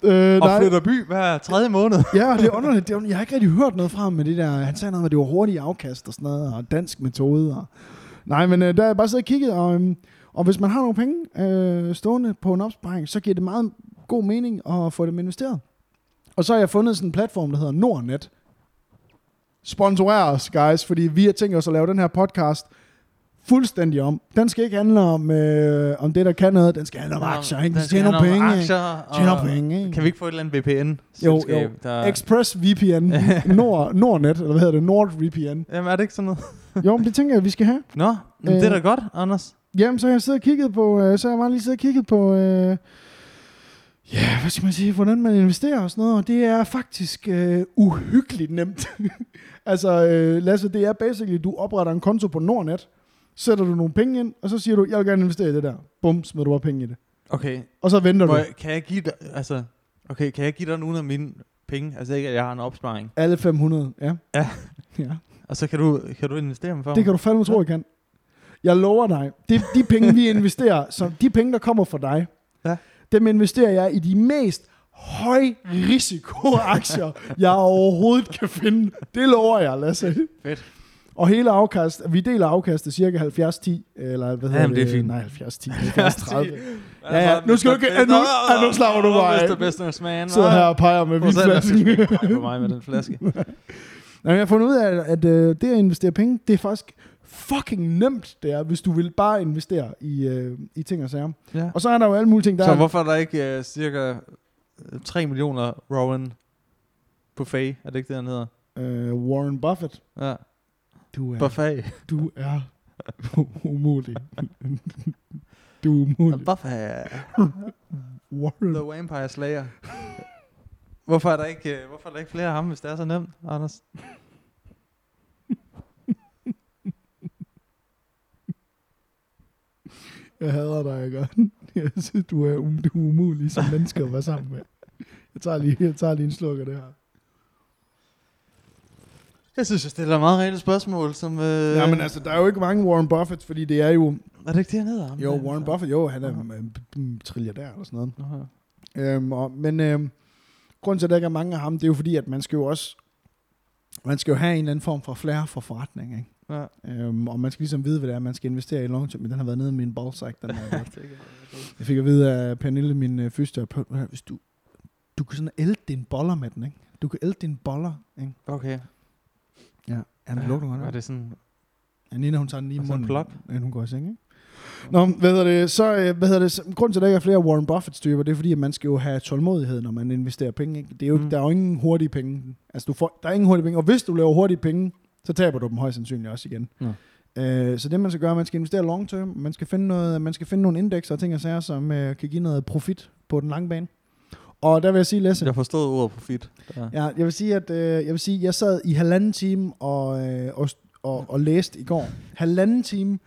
øh,
Og flytter by hver tredje måned.
ja, og det er underligt. Det er, jeg har ikke rigtig hørt noget fra ham med det der. Han sagde noget med, at det var hurtige afkast og sådan noget, og dansk metode. Og... Nej, men øh, der har jeg bare siddet og kigget, og, øhm, og hvis man har nogle penge øh, stående på en opsparing, så giver det meget god mening at få dem investeret. Og så har jeg fundet sådan en platform, der hedder Nordnet. Sponsorer os, guys, fordi vi har tænkt os at lave den her podcast fuldstændig om. Den skal ikke handle om, øh, om det, der kan noget. Den skal handle om aktier, ikke?
Der
Den
skal
skal handle om
handle
penge, ikke?
aktier, og-
Tjener penge, ikke?
Kan vi ikke få et eller andet VPN?
Jo, jo.
Der...
Express
*laughs*
VPN. Nord, Nordnet, eller hvad hedder det? Nord VPN.
Jamen, er det ikke sådan noget?
Jo, men det tænker jeg, vi skal have.
Nå, men det er da
Øh.
godt, Anders.
Jamen, så har jeg siddet og kigget på, øh, så har jeg bare lige siddet og kigget på, øh, ja, hvad skal man sige, hvordan man investerer og sådan noget, og det er faktisk øh, uhyggeligt nemt. *laughs* altså, øh, Lasse, det er basically, du opretter en konto på Nordnet, sætter du nogle penge ind, og så siger du, jeg vil gerne investere i det der. Bum, smider du bare penge i det.
Okay,
Og så venter
Må
du.
jeg, kan jeg give dig, altså, okay, kan jeg give dig nogle af mine penge? Altså ikke, at jeg har en opsparing.
Alle 500, ja.
Ja.
ja.
Og så kan du, kan du investere dem for
Det kan du fandme tro, jeg kan. Jeg lover dig, det, de
*laughs*
penge, vi investerer, som, de penge, der kommer fra dig,
Ja.
dem investerer jeg i de mest høj risikoaktier, jeg overhovedet kan finde. Det lover jeg, Lasse.
Fedt.
Og hele afkast, vi deler afkastet cirka 70-10, eller hvad hedder
Jamen, det er fint.
Nej,
*laughs*
70-10, 70-30.
Ja,
ja, nu skal du ikke- ja, nu- ja, nu slapper du bare af.
Mr. Businessman.
Sidder her og peger med
Prøv selv at
vinflasken. *laughs*
Ej, på mig med den flaske.
Nå, jeg har fundet ud af, at, at øh, det at investere penge, det er faktisk fucking nemt, det er, hvis du vil bare investere i, øh, i ting og sager.
Ja.
Og så er der jo alle mulige ting, der
Så
er...
hvorfor er der ikke uh, cirka 3 millioner Rowan Buffet? Er det ikke det, han hedder?
Øh, Warren Buffett.
Ja.
Du er,
Buffet.
du er umulig. du er umulig.
Buffet.
Warren.
The Vampire Slayer. Hvorfor er, der ikke, øh, hvorfor er der ikke flere af ham, hvis det er så nemt, Anders?
Jeg hader dig, jeg gør. Jeg synes, *laughs* du er, um, du er umulig som menneske at være sammen med. Jeg tager lige, jeg tager lige en sluk af det her.
Jeg synes, jeg stiller meget reelle spørgsmål, som... Øh,
Ja, men altså, der er jo ikke mange Warren Buffett, fordi det er jo...
Er det ikke det, han hedder? Ham
Jo,
der?
Warren Buffett, jo, han er um, trilliardær eller sådan noget.
Nå, ja.
Øhm, og, men øhm, grunden til, at der ikke er mange af ham, det er jo fordi, at man skal jo også man skal jo have en eller anden form for flere for forretning, ikke?
Ja.
Øhm, og man skal ligesom vide, hvad det er, man skal investere i long term. Men den har været nede i min ballsack, den her.
Det er ikke-
Jeg fik at vide af Pernille, min øh, fysioterapeut, "Hør, hvis du, du kan sådan elde dine boller med den, ikke? Du kan elde dine boller, ikke?
Okay.
Ja, han ja, lukker
Er
godt.
det sådan...
Ja, Nina, hun tager den lige i
Og så en
munden,
plug.
inden hun går i seng, ikke? Nå, hvad hedder det, så, øh, hvad hedder det, så, grunden til, at der ikke er flere Warren Buffett-typer, det er fordi, at man skal jo have tålmodighed, når man investerer penge. Ikke? Det er jo, mm.
Mm.
Der er jo ingen hurtige penge. Altså, du får, der er ingen hurtige penge, og hvis du laver hurtige penge, så taber du dem højst sandsynligt også igen.
Nå.
Øh, så det, man skal gøre, man skal investere long term, man skal finde, noget, man skal finde nogle indekser og ting og sager, som øh, kan give noget profit på den lange bane. Og der vil jeg sige, Lasse,
Jeg forstod ordet profit. Ja.
Ja, jeg vil sige, at øh, jeg vil sige, jeg sad i halvanden time og, øh, og, og, og læste i går. Halvanden time.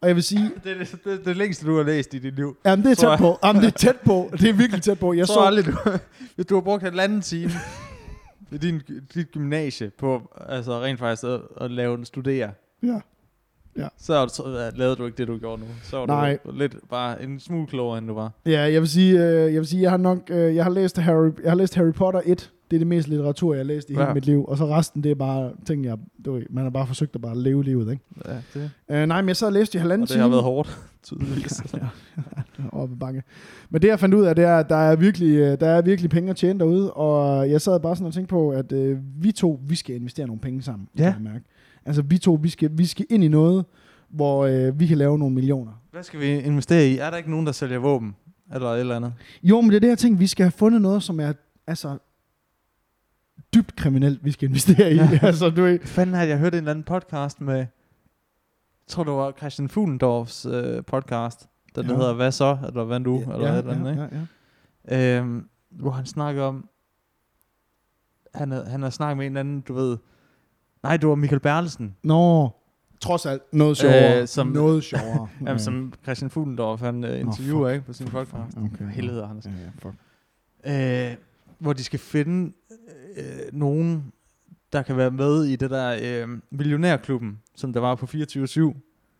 Og jeg vil sige,
*laughs* Det, er det, det, det længste, du har læst i dit liv.
jamen det er
Tror
tæt på. Jamen det er tæt på. Det er virkelig tæt på.
Jeg
Jeg
tror
så,
aldrig, du, hvis du har brugt en anden
*laughs*
time i din, dit gymnasie på altså rent faktisk at, at lave en studere,
ja,
så, har du- så lavede du ikke det, du gjorde nu. Så var
Nej.
du lidt bare en smule klogere, end du var.
ja, jeg vil sige, øh, jeg vil sige, jeg har nok, øh, jeg har læst Harry, jeg har læst Harry Potter 1. Det er det mest litteratur, jeg har læst i hele
Ja.
mit liv. Og så resten, det er bare ting, jeg, du ved, man har bare forsøgt at bare leve livet, ikke?
Ja, det.
Øh, nej, men jeg sad og læste i halvanden
Og det
time.
har været hårdt, *laughs* tydeligvis.
Ja, ja. Oppe i banke. Men det jeg fandt ud af, det er, at der er virkelig, øh, der er virkelig penge at tjene derude, og jeg sad bare sådan og tænkte på, at øh, vi to, vi skal investere nogle penge sammen,
Ja.
kan jeg mærke. Altså vi to, vi skal, vi skal ind i noget, hvor øh, vi kan lave nogle millioner.
Hvad skal vi investere i? Er der ikke nogen, der sælger våben? Eller et eller andet?
Jo, men det er det, jeg tænkte, vi skal have fundet noget, som er altså dybt kriminelt, vi skal investere i.
Ja.
*laughs* altså, du ved.
Fanden har jeg hørt en eller anden podcast med, jeg tror det var Christian Fuglendorfs øh, podcast, der, der
Ja.
hedder Hvad så? Eller hvad nu? Eller et eller andet, ikke?
ja, ja, ja.
øhm, hvor han snakker om, han havde, han havde snakket med en eller anden, du ved, nej, det var Michael Berlesen,
Mm. Nå, trods alt noget sjovere. Øh,
Øh, som-
noget sjovere.
ja. *laughs* jamen, som Christian Fuglendorf, han øh, interviewer,
fuck.
ikke, på sin podcast.
Okay.
Helvede, Anders.
Ja, ja, fuck.
Øh, hvor de skal finde øh, nogen, der kan være med i det der øh, millionærklubben, som der var på 24-7.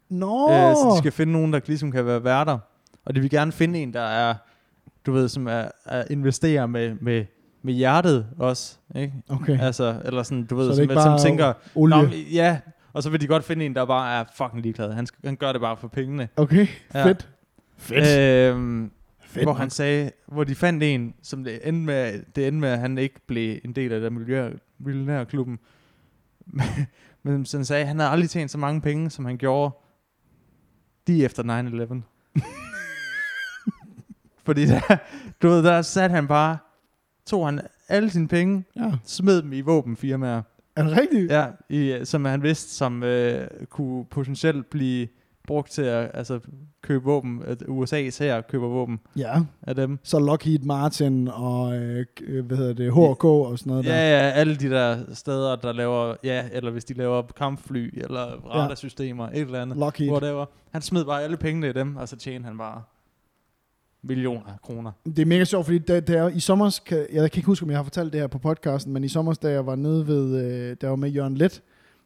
Nå!
Øh, så de skal finde nogen, der ligesom kan være værter. Og de vil gerne finde en, der er, du ved, som er, er investerer med, med, med hjertet også, ikke?
Okay.
Altså, eller sådan, du
Så
ved,
det
så
ikke
som, som
bare
tænker,
Olie.
Nå, men ja, og så vil de godt finde en, der bare er fucking ligeglad. Han, sk- han gør det bare for pengene.
Okay,
Ja.
fedt. Øh,
Øhm,
fedt
hvor
nok.
han sagde, hvor de fandt en, som det endte med, det endte med at han ikke blev en del af den miljø, millionærklubben. *laughs* Men sådan sagde, han havde aldrig tjent så mange penge, som han gjorde lige efter 9-11. *laughs* Fordi der, du ved, der satte han bare, tog han alle sine penge,
Ja.
smed dem i våbenfirmaer,
Er det rigtigt?
Ja, i, øh, som han vidste, som øh, kunne potentielt blive brugt til at altså, købe våben. At USA's her køber våben
ja.
af dem.
Så Lockheed Martin og, øh, k- øh, hvad hedder det, H&K og sådan noget
Ja,
der.
ja, alle de der steder, der laver, ja, eller hvis de laver kampfly, eller radarsystemer, et eller andet,
Lockheed.
whatever. Han smed bare alle pengene i dem, og så tjente han bare millioner af kroner.
Det er mega sjovt, fordi da, da jeg, i sommer, kan, jeg kan ikke huske, om jeg har fortalt det her på podcasten, men i sommer, da jeg var nede ved, øh, der var med Jørgen Let,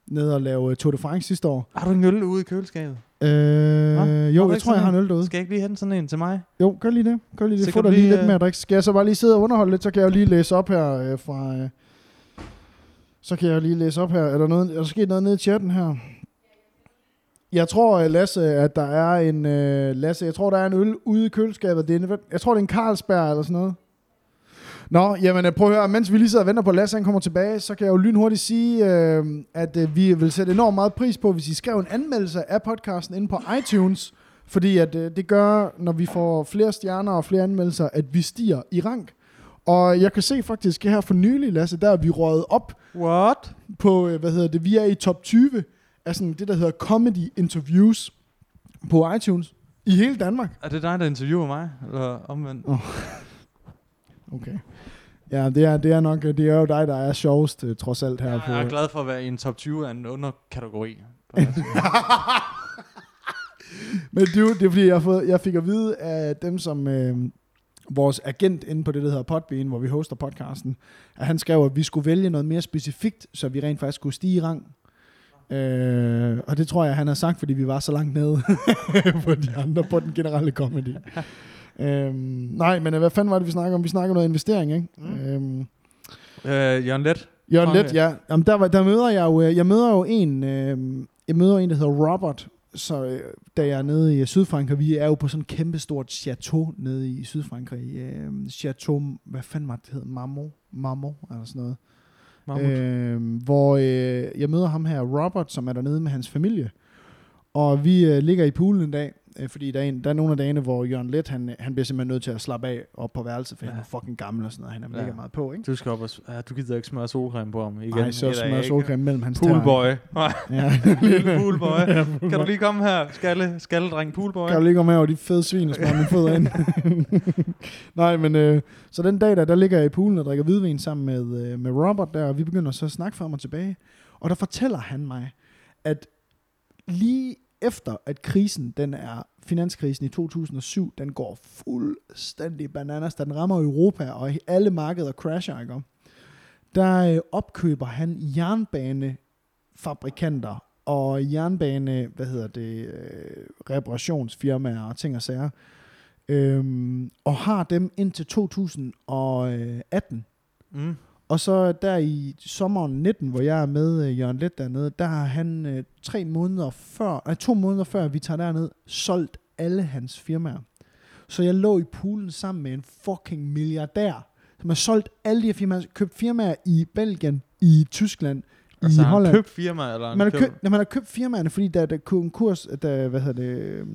nede og lave øh, Tour de France sidste år.
Har du en øl ude i køleskabet?
Øh,
Har
jo,
du
jeg
ikke
tror, jeg
sådan
har en øl derude.
Skal jeg ikke lige hente sådan en til mig?
Jo, gør lige det. Gør lige
Så
det.
kan
Få dig
du
lige
lige,
lidt
øh,
mere drik. Skal jeg så bare lige sidde og underholde lidt, så kan jeg jo lige læse op her øh, fra... Øh, så kan jeg jo lige læse op her. Er der, noget, er der sket noget nede i chatten her? Jeg tror, øh, Lasse, at der er en... Øh, Lasse, jeg tror, der er en øl ude i køleskabet. Det er en, hvad- jeg tror, det er en Carlsberg eller sådan noget. Nå, jamen øh, prøv at høre, mens vi lige sidder og venter på, at Lasse han kommer tilbage, så kan jeg jo lynhurtigt sige, øh, at øh, vi vil sætte enormt meget pris på, hvis I skrev en anmeldelse af podcasten inde på iTunes, fordi at, øh, det gør, når vi får flere stjerner og flere anmeldelser, at vi stiger i rank. Og jeg kan se faktisk her for nylig, Lasse, der er vi røget op
What?
på, øh, hvad hedder det, vi er i top 20 af sådan det, der hedder comedy interviews på iTunes i hele Danmark.
Er det dig, der interviewer mig? Eller omvendt?
Okay. Ja, det er, det er nok, øh, det er jo dig, der er sjovest øh, trods alt her
Jeg,
på...
jeg er glad for at være i en top 20 af en underkategori. Hvad
Men det, er jo- det er fordi, jeg, har fået, jeg fik at vide af dem, som øh, vores agent inde på det, der hedder Podbean, hvor vi hoster podcasten, at han skrev, at vi skulle vælge noget mere specifikt, så vi rent faktisk kunne stige i rang. Øh, og det tror jeg, han har sagt, fordi vi var så langt nede *laughs* på de andre, på den generelle comedy. øhm, nej, men øh, hvad fanden var det, vi snakker om? Vi snakker om noget investering, ikke? Mm. Øhm,
*laughs* øh, Jørgen Let.
Jørgen Let,
Okay.
ja. Jamen, der, var- der møder jeg jo, øh, jeg møder jo en, øh, jeg møder en, der hedder Robert, så øh, da jeg er nede i øh, Sydfrankrig, vi er jo på sådan et kæmpestort chateau nede i Sydfrankrig. Øh, chateau, hvad fanden var det, det hed? Marmo? Marmo, eller sådan noget.
Mammut.
Øh, hvor øh, jeg møder ham her, Robert, som er dernede med hans familie. Og vi øh, ligger i poolen en dag, øh, fordi der er, en, der er nogle af dagene, hvor Jørgen Let, han, øh, han bliver simpelthen nødt til at slappe af op på værelset, for ja. han
Ja.
er fucking gammel og sådan noget, han er
Ja.
mega meget på, ikke?
Du skal op og... s- Ah, du gider ikke smøre solcreme på ham igen.
Nej, så
Det er da
smager
ikke.
solcreme mellem hans tæer.
Poolboy.
Ja.
*laughs* Lille poolboy.
Ja,
Kan du lige komme her, skalle, skalledreng poolboy?
Kan du lige komme her over de fede svin og smage mine fødder ind?
*laughs*
Nej, men øh, så den dag der, der ligger jeg i poolen og drikker hvidvin sammen med, øh, med Robert der, og vi begynder så at snakke frem og tilbage. Og der fortæller han mig, at lige efter at krisen, den er finanskrisen i 2007, den går fuldstændig bananas, da den rammer Europa, og alle markeder crasher, ikke? om? Der øh, opkøber han jernbanefabrikanter og jernbane, hvad hedder det, øh, reparationsfirmaer og ting og sager, øhm, og har dem indtil 2018.
Mm.
Og så der i sommeren 19, hvor jeg er med øh, Jørgen Let dernede, der har han øh, tre måneder før, nej, to måneder før vi tager derned, solgt alle hans firmaer. Så jeg lå i poolen sammen med en fucking milliardær, som har solgt alle de her firmaer, købt firmaer i Belgien, i Tyskland,
Altså, har
i
han
Holland.
købt firma, eller har han
Man har,
købt-
købt, ja, man har købt firmaerne, fordi da, da konkurs, da, hvad hedder det, øh,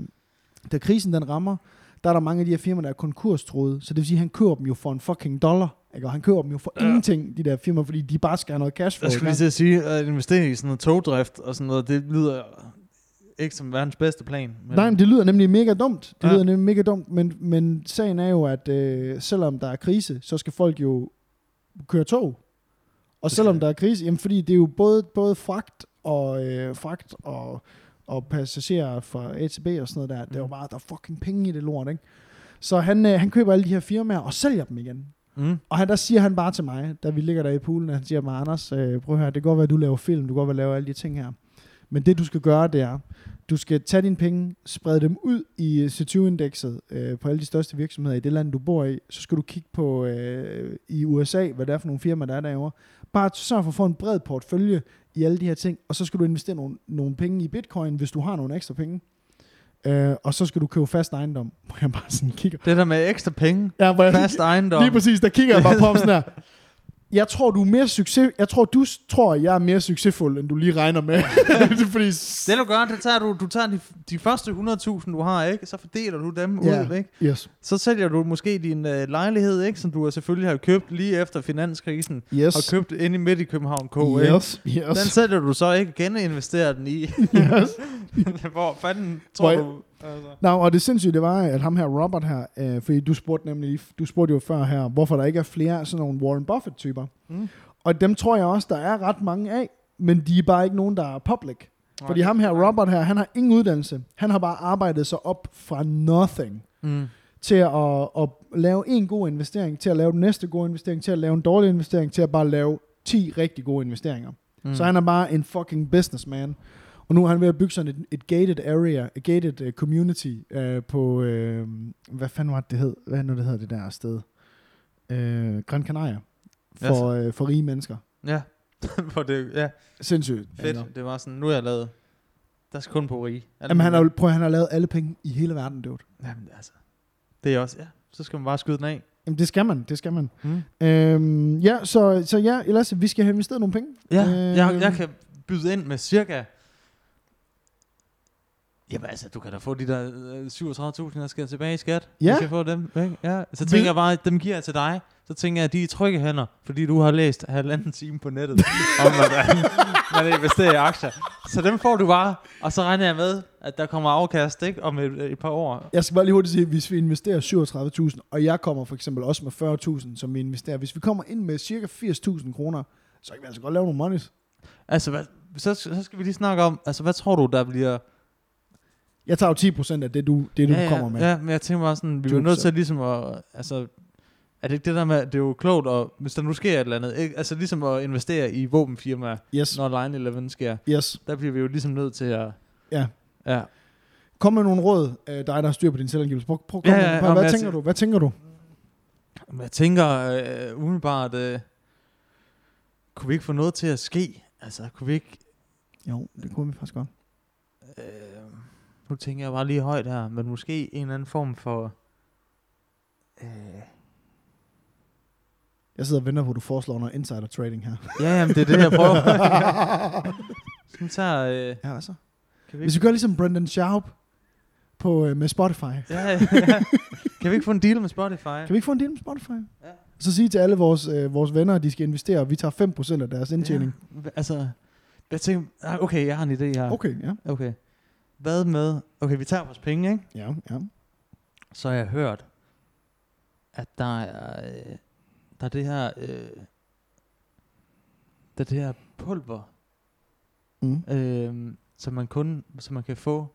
da krisen den rammer, der er der mange af de her firmaer, der er konkurstroede. Så det vil sige, at han køber dem jo for en fucking dollar. Ikke? Og han køber dem jo for ja.
Ja.
ingenting, de der firmaer, fordi de bare skal have noget cash flow.
Jeg skulle lige
ikke?
til at sige, at investere i sådan noget togdrift og sådan noget, det lyder ikke som verdens bedste plan. Men
Nej, men det lyder nemlig mega dumt. Det ja.
Ja.
lyder nemlig mega dumt, men, men sagen er jo, at øh, selvom der er krise, så skal folk jo køre tog. Og
skal
selvom
de.
der er krise, jamen fordi det er jo både, både fragt og øh, fragt og, og passagerer fra A til B og sådan noget der. Mm. Det er jo
Mhm.
bare, der er fucking penge i det lort, ikke? Så han, øh, han køber alle de her firmaer og sælger dem igen.
Mm.
Og han, der siger han bare til mig, da vi ligger der i poolen, at han siger mig, Anders, øh, prøv at høre, det kan godt være, at du laver film, du kan godt være, at lave alle de ting her. Men det, du skal gøre, det er, du skal tage dine penge, sprede dem ud i C20-indekset øh, på alle de største virksomheder i det land, du bor i. Så skal du kigge på øh, i USA, hvad det er for nogle firmaer, der er derovre. Bare sørg for at få en bred portefølje i alle de her ting, og så skal du investere nogle, nogle penge i bitcoin, hvis du har nogle ekstra penge. Øh, og så skal du købe fast ejendom, *laughs* hvor jeg bare sådan kigger.
Det der med ekstra penge,
Ja, hvor jeg,
fast ejendom.
Lige præcis, der kigger jeg bare på ham sådan her. *laughs* Jeg tror, du er mere succes... Jeg tror, du s- tror, jeg er mere succesfuld, end du lige regner *laughs* med. Det er fordi... s-
Det du gør, det tager du, du tager de, de første 100.000, du har, ikke? Så fordeler du dem
Ja.
ud, ikke?
Yes.
Så sælger du måske din øh, lejlighed, ikke? Som du selvfølgelig har købt lige efter finanskrisen.
Yes.
Og købt inde i midt i København K, ikke?
Yes. Yes.
Den sælger du så ikke, geninvesterer den i.
yes.
*laughs* Hvor fanden tror
Hvor-
du? Altså.
Nå, og det sindssyge, det var, at ham her, Robert her, øh, fordi du spurgte nemlig, lige- du spurgte jo før her, hvorfor der ikke er flere sådan nogle Warren Buffett-typer.
Mm.
Og dem tror jeg også, der er ret mange af, men de er bare ikke nogen, der er public. Fordi
Nej.
ham her, Robert her, han har ingen uddannelse. Han har bare arbejdet sig op fra nothing.
Mm.
til at, at lave en god investering, til at lave den næste gode investering, til at lave en dårlig investering, til at bare lave 10 rigtig gode investeringer. Mm. Så han er bare en fucking businessman. Og nu er han ved at bygge sådan et, et gated area, et gated uh, community uh, på, uh, hvad fanden var det, det hed? Hvad er det nu det hedder det der sted? Uh, Gran Canaria. For, uh, for rige mennesker.
Ja. *laughs* Hvor det, ja,
Sindssygt.
fedt.
Eller-
Det var sådan, nu er jeg lavet. Der skal kun på rige. Alle
Jamen, han har,
mulige-
jo- prøv, at- han har lavet alle penge i hele verden, dude.
Jamen, altså. Det er også, ja. Så skal man bare skyde den af.
Jamen, det skal man, det skal man.
Mm.
Øhm, ja, så, så ja, ellers, vi skal have investeret nogle penge.
Ja,
Øhm.
øh, jeg, jeg kan byde ind med cirka... Jamen altså, du kan da få de der øh, 37.000, der skal tilbage i skat.
Ja.
Du kan få dem, ikke? Ja. Så
Vil-
tænker jeg bare, at dem giver jeg til dig. Så tænker jeg, at de er i trygge hænder, fordi du har læst halvanden time på
*laughs*
nettet om, hvordan man investerer i aktier. Så dem får du bare, og så regner jeg med, at der kommer afkast ikke? om et, et par år.
Jeg skal bare lige hurtigt sige, at hvis vi investerer 37.000, og jeg kommer for eksempel også med 40.000, som vi investerer, hvis vi kommer ind med cirka 80.000 kroner, så kan vi altså godt lave nogle monies.
Altså, hvad, så, så skal vi lige snakke om, altså, hvad tror du, der bliver...
Jeg tager jo 10% af det, du, det, du
ja,
kommer med.
Ja, men jeg tænker bare sådan, vi er jo nødt
20%.
til ligesom at, altså, er det ikke det der med, at det er jo klogt, og hvis der nu sker et eller andet, ikke? altså ligesom at investere i våbenfirmaer,
Yes,
når 9-11 sker,
yes.
der bliver vi jo ligesom nødt til at,
Ja.
ja.
Kom med nogle råd, øh, dig der har styr på din selvangivelse. Prøv, prøv,
Ja,
ja, ja,
ja,
ja,
ja,
hvad,
men
hvad
altså-
tænker du? Hvad tænker du?
Men jeg tænker øh, umiddelbart, øh, kunne vi ikke få noget til at ske? Altså, kunne vi ikke,
Jo, det kunne vi faktisk godt.
øh, nu tænker jeg bare lige højt her, men måske en eller anden form for, øh,
Jeg sidder og venter på, at du foreslår noget insider trading her.
ja, jamen, det er det, jeg
*laughs*
prøver. Sådan tager, øh,
ja, altså.
kan vi ikke
Hvis vi gør ligesom Brendan Sharp på, øh, med Spotify,
Ja,
*laughs*
ja. Kan vi ikke få en deal med Spotify?
Kan vi ikke få en deal med Spotify? Ja.
Ja.
Så sige til alle vores, øh, vores venner, at de skal investere, og vi tager 5% af deres indtjening.
Ja. Altså, jeg tænker, ah, okay, jeg har en idé her.
Ja.
Okay.
Okay, ja.
okay. Hvad med, okay, vi tager vores penge, ikke?
Ja, ja.
Så har jeg hørt, at der er, øh, der er det her, øh, der er det her pulver,
Mm.
øh, som man kun, som man kan få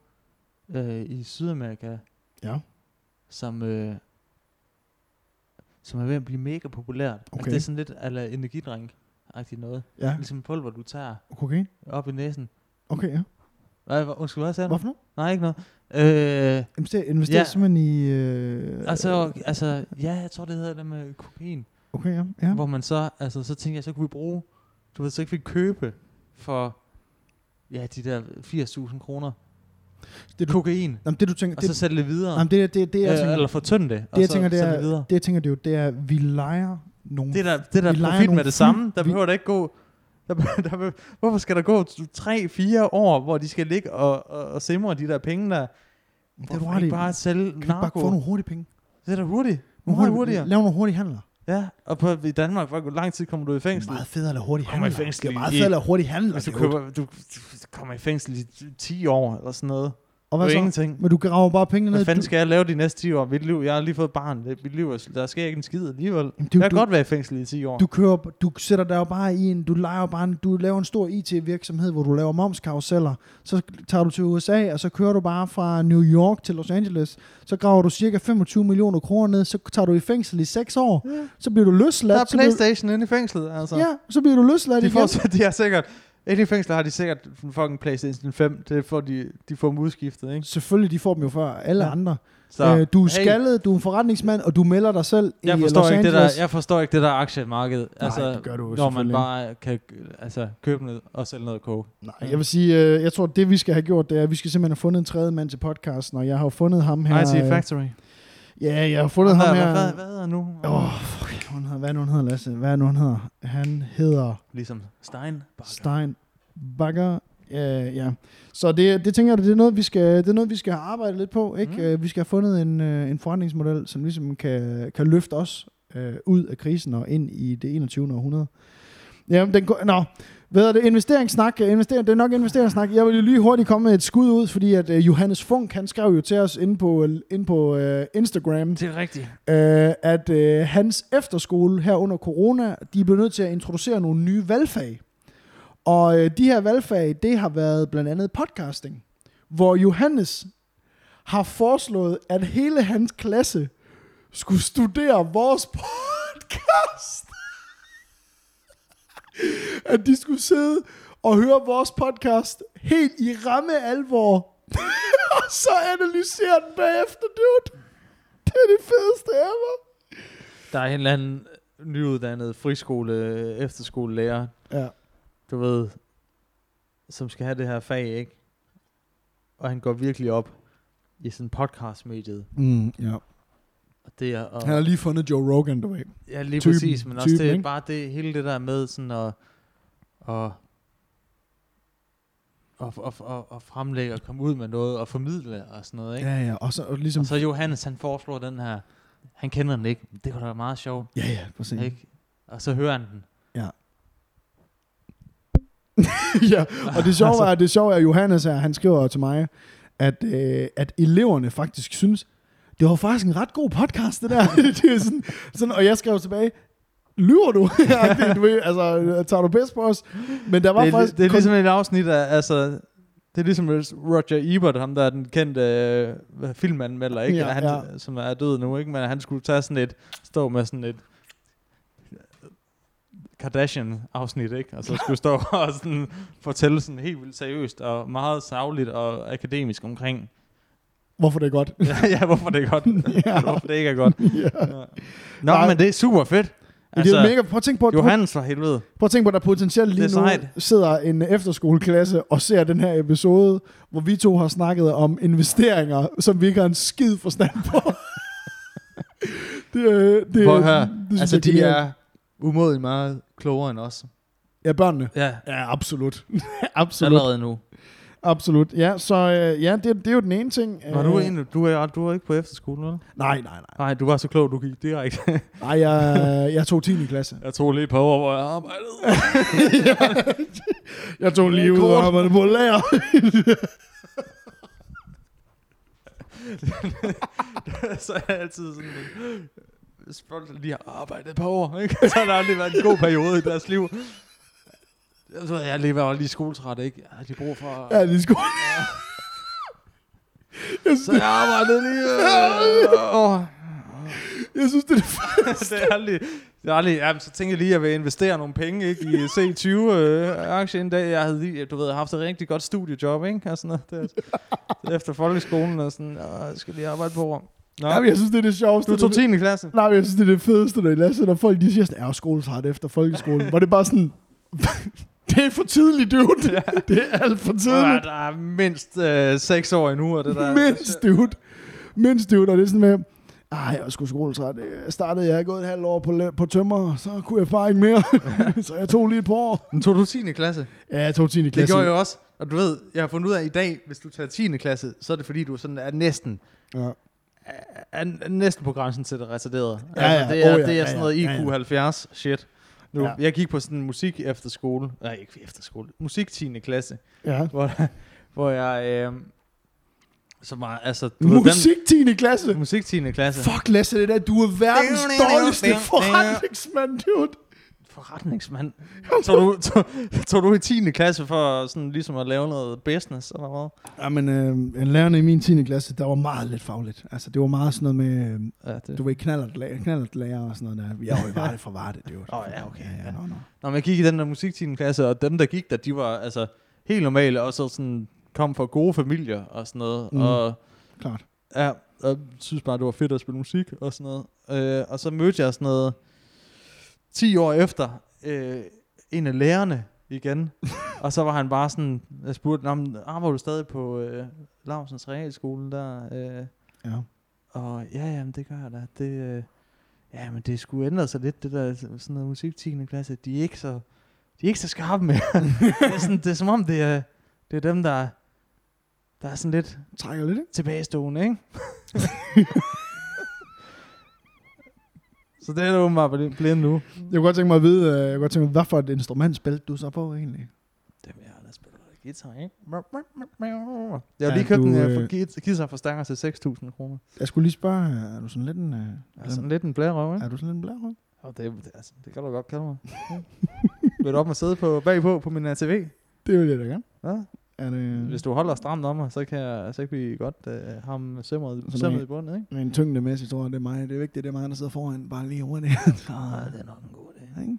øh, i Sydamerika,
Ja.
som, øh, som er ved at blive mega populært. Okay.
Okay.
Altså, det er sådan lidt ala energidrink-agtigt noget.
Ja,
Ligesom pulver, du tager
okay.
op i næsen.
Okay, ja.
Nej, hvor- undskyld, hvad sagde du?
Hvorfor nu?
Nej, ikke noget. Øh,
Investere, investere ja.
Ja.
simpelthen i... Øh,
altså, altså, ja, jeg tror, det hedder det med kokain.
Okay, ja. ja.
Ja. Hvor man så, altså, så tænkte jeg, så kunne vi bruge, du ved, så ikke vi købe for, ja, de der 80.000 kroner.
Det
Det
du-
er kokain.
Jamen, det du tænker...
Og
Det,
så sælge det videre.
jamen, det, det, det, jeg
øh,
tænker,
eller fortynde det, og
det, jeg
så
tænker, det
sælge
er,
det videre.
det, jeg tænker, det er jo, det er, at vi leger nogle...
Det er der, det
Vi
der
leger
profit
nogle
med det samme. Der
fly- vi-
behøver der ikke gå... Der, behøver- der, behøver- hvorfor skal der gå 3-4 år, hvor de skal ligge og, og, og simre de der penge der?
det er du
Hvorfor
ret i.
ikke bare sælge
Kan vi ikke
narko?
bare få nogle hurtige penge?
Det er da hurtigt.
Nogle
Meget
hurtige,
hurtigere.
Lav nogle hurtige handler.
Ja, og på, i Danmark, hvor lang tid kommer du i
Det er
fængsel?
meget fedt at lave hurtige
Kommer i
handler.
fængsel
Det er meget
i- Altså,
fedt at lave hurtige handler.
Hvis du,
dude.
køber, du, du kommer i fængsel i t- 10 år eller sådan noget.
Og
det
hvad
er jo
så?
ingenting.
Men du graver bare penge ned.
Hvad fanden
Du-
skal jeg lave de næste 10 år af mit liv? Jeg har lige fået barn. Det, mit liv, er- der sker ikke en skid alligevel.
Jamen,
Du,
du-
jeg kan
du-
godt være i fængsel i 10 år.
Du kører, du sætter dig jo bare i en, du leger jo bare en, du laver en stor IT-virksomhed, hvor du laver momskarusseller, så tager du til USA, og så kører du bare fra New York til Los Angeles, så graver du cirka 25 millioner kroner ned, så tager du i fængsel i 6 år,
Ja.
så bliver du løsladt.
der er
så bliver,
Playstation inde i fængslet, altså.
ja, så bliver du løsladt
de,
igen.
får, så- *laughs* de har sikkert... Inde i fængslet har de sikkert en fucking Playstation 5. Det får de, de får dem udskiftet, ikke?
Selvfølgelig, de får dem jo før alle
Ja.
andre.
Så,
Øh, du er
hey,
skaldet, du er en forretningsmand, og du melder dig selv
Jeg
i
forstår,
Los
ikke det
Angeles.
der, jeg forstår ikke det der aktiemarked.
Nej,
Altså,
det gør du jo
når man
selvfølgelig
bare kan altså, købe noget og sælge noget coke.
Nej, jeg vil sige, øh, jeg tror, det vi skal have gjort, det er, at vi skal simpelthen have fundet en tredje mand til podcasten, og jeg har jo fundet ham her.
IT
øh,
Factory.
Ja, jeg har fundet ham her.
Hvad, hvad hedder han nu?
Åh, oh, fuck, hvad er nu han hedder, hvad er nu han hedder, Lasse? Hvad er nu han hedder? Han hedder
Ligesom Stein.
Stein Bakker. Ja, ja. Så det, det tænker jeg, det er noget, vi skal, det er noget, vi skal have arbejdet lidt på. Ikke?
Mm.
Mm. Vi skal have fundet en, øh, en forretningsmodel, som ligesom kan, kan løfte os øh, ud af krisen og ind i det 21. århundrede. Jamen, den går, nå, hvad er det? Investeringssnak. øh, Invester, det er nok investeringssnak. Jeg vil jo lige hurtigt komme med et skud ud, fordi at øh, Johannes Funk, han skrev jo til os inde på, inde på øh, Instagram,
Det er rigtigt.
øh, at øh, hans efterskole her under corona, de blev nødt til at introducere nogle nye valgfag. Og øh, de her valgfag, det har været blandt andet podcasting, hvor Johannes har foreslået, at hele hans klasse *laughs* skulle studere vores podcast. at de skulle sidde og høre vores podcast helt i ramme alvor, *laughs* og så analysere den bagefter, dude. Det er det fedeste ever.
Der er en eller anden nyuddannet friskole, efterskolelærer,
Ja,
du ved, som skal have det her fag, ikke? Og han går virkelig op i sådan podcast-mediet.
mm, ja.
Og det er, og,
Han har lige fundet Joe Rogan, du ved.
ja, lige
typen-
præcis, men også
typen,
det,
ikke?
bare det, hele det der med sådan at, og, og, og, og, og fremlægge og komme ud med noget og formidle og sådan noget, ikke?
Ja, ja, og så og ligesom...
Og så Johannes, han foreslår den her, han kender den ikke, det kunne da være meget sjovt,
ja, ja, præcis.
ikke? Og så hører han den.
*laughs* ja, og
*laughs*
det sjove er, det sjove er at Johannes her, han skriver til mig, at, øh, at eleverne faktisk synes, det var faktisk en ret god podcast,
*laughs*
det der. det er sådan, sådan, og jeg skrev tilbage, lyver du? *laughs* Ja, det- du ved, altså, tager du bedst på os? Men der var
Det er,
faktisk...
det er
kun-
ligesom et afsnit af, altså, det er ligesom Roger Ebert, ham der er den kendte øh, filmanmelder, ikke?
Ja,
Ja, han,
ja.
ja. som er død nu, ikke? Men han skulle tage sådan et, stå med sådan et Kardashian-afsnit, ikke? Og så skulle stå *laughs* og sådan fortælle sådan helt vildt seriøst og meget savligt og akademisk omkring, *laughs*
Hvorfor det er godt.
ja, ja, hvorfor det er godt,
*laughs* Ja.
ja. hvorfor det ikke er godt.
*laughs* ja.
Ja. Nå,
Nej.
men det er super fedt.
Altså, det er mega... Prøv at tænke på, at, prøv,
Johannes for helvede.
prøv at tænke på, at der potentielt lige
Det
nu
er sejt.
sidder en efterskoleklasse og ser den her episode, hvor vi to har snakket om investeringer, som vi ikke har en skid forstand på. *laughs* det, øh, det,
Prøv at høre.
synes
altså,
jeg
de
genialt.
er umådeligt meget klogere end os.
Ja, børnene.
Ja,
Ja, absolut. *laughs* absolut.
allerede nu.
Absolut. Ja, så øh, ja, det, det er jo den ene ting. Øh,
Nå, du er, egentlig, du, er, du er ikke på efterskole, vel?
Nej, nej, nej.
Nej, du var så klog, du gik direkte.
Nej, jeg, jeg tog 10. klasse.
*laughs* jeg tog lige et par år, hvor jeg arbejdede.
Jeg tog lige ud og arbejdede på lager.
*laughs* så er jeg altid sådan... "Øh, Hvis folk lige har arbejdet et par år, ikke? *laughs* så har der aldrig været en god periode i deres liv. Jeg tror, jeg lige var lige skoletræt, ikke? Jeg havde lige brug for...
Ja, det skulle...
Så jeg arbejdede lige...
*laughs*
Øh, åh.
Jeg synes, det er det f-
*laughs* det er aldrig... Det er aldrig ja, så tænkte jeg lige, at jeg vil investere nogle penge ikke, i C20-aktie en dag. Jeg havde lige, du ved, haft et rigtig godt studiejob, ikke? Og sådan noget. Det, er- efter folkeskolen og sådan, "Åh, jeg skal lige arbejde på år. Nå,
Jamen, jeg synes, det er det sjoveste.
du tog
Det-
10. klasse.
Nej, men jeg synes, det er det fedeste, når I lader sig, når folk de siger sådan, er skoletræt efter folkeskolen. Hvor det er bare sådan, *laughs* det er for tidligt, dude. *laughs* Det er alt for tidligt.
Ja, der er mindst øh, 6 år endnu, og det der...
Mindst, dude. Mindst, dude. Og det er sådan med, ej, jeg var sgu skoletræt. Jeg startede, jeg havde gået et halvt år på, la- på tømmer, så kunne jeg bare ikke mere. *laughs* så jeg tog lige et par år.
Men tog du 10. klasse?
Ja, jeg tog 10.
Det
klasse.
gjorde jeg også. Og du ved, jeg har fundet ud af i dag, hvis du tager 10. klasse, så er det fordi, du sådan er næsten
Ja.
er- er næsten på grænsen til det retarderede.
Ja, ja.
Altså, det er,
Oh, ja.
det er
Ja,
sådan
ja.
noget IQ
Ja, ja.
70 shit. Nu,
Ja.
ja. Jeg gik på sådan en musik efter skole. Nej, ikke efter skole. Musik 10. klasse. *laughs*
Ja.
Hvor, hvor jeg... Øh, som var, altså, du
Musik 10.
Ved, den,
klasse.
musik 10. klasse.
Fuck, Lasse, det der, du er verdens dårligste forretningsmand, dude.
Forretningsmand. Tog du, tog, tog du i 10. klasse for sådan ligesom at lave noget business eller hvad?
Jamen, øh, lærerne i min 10. klasse, der var meget lidt fagligt. Altså, det var meget sådan noget med, øh,
Ja, det.
du ved, knallert, knallert lærer og sådan noget der. Jeg var jo bare det for Varde, det var
Åh, ja, okay,
Ja, ja,
ja.
no, no.
Nå, men jeg gik i den der musik 10. klasse, og dem, der gik der, de var altså helt normale, og så sådan kom fra gode familier og sådan noget.
Mm.
Mm. Og
Klart.
Ja, jeg synes bare, det var fedt at spille musik og sådan noget. Øh, og så mødte jeg sådan noget 10 år efter øh, en af lærerne
*laughs*
igen. og så var han bare sådan, jeg spurgte, "Nå, men arbejder du stadig på øh, Lausens Realskole der? Øh,
Ja.
og ja, jamen det gør jeg da. Det, øh, ja, men det skulle ændre sig lidt, det der altså, sådan noget musik 10. klasse. De er ikke så, de er ikke så skarpe *laughs* mere. det, er sådan, det er som om, det er, det er dem, der, der er sådan lidt
Trækker lidt, ikke?
tilbagestående, ikke? *laughs* så det er du åbenbart ble- blevet nu.
Jeg kunne godt tænke mig at vide, øh, jeg kunne godt tænke mig, hvad for et instrument spilte du så på egentlig?
Det er jeg, der spiller guitar, ikke? Jeg har lige
Ja,
købt
du,
en
øh,
øh... guitar for stanger til 6.000 kroner.
Jeg skulle lige spørge, øh, er du sådan lidt en... øh,
Jeg er sådan lidt en blærerøv, ikke?
Er du sådan lidt en blærerøv?
Ja. Og det, det, altså, det kan du godt kalde mig. Ja. Vil du op og sidde på, bagpå på min ATV?
Det vil jeg da gerne.
Ja?
Er det
Hvis du holder stramt om mig, så kan, jeg, så kan vi godt øh, ham
Så
sømret,
du-
sømret i bunden, ikke?
en tyngdemæssig, tror jeg, det er mig. Det er vigtigt, det er mig, der sidder foran. Bare lige hurtigt. Så,
er nok en god idé.
ikke?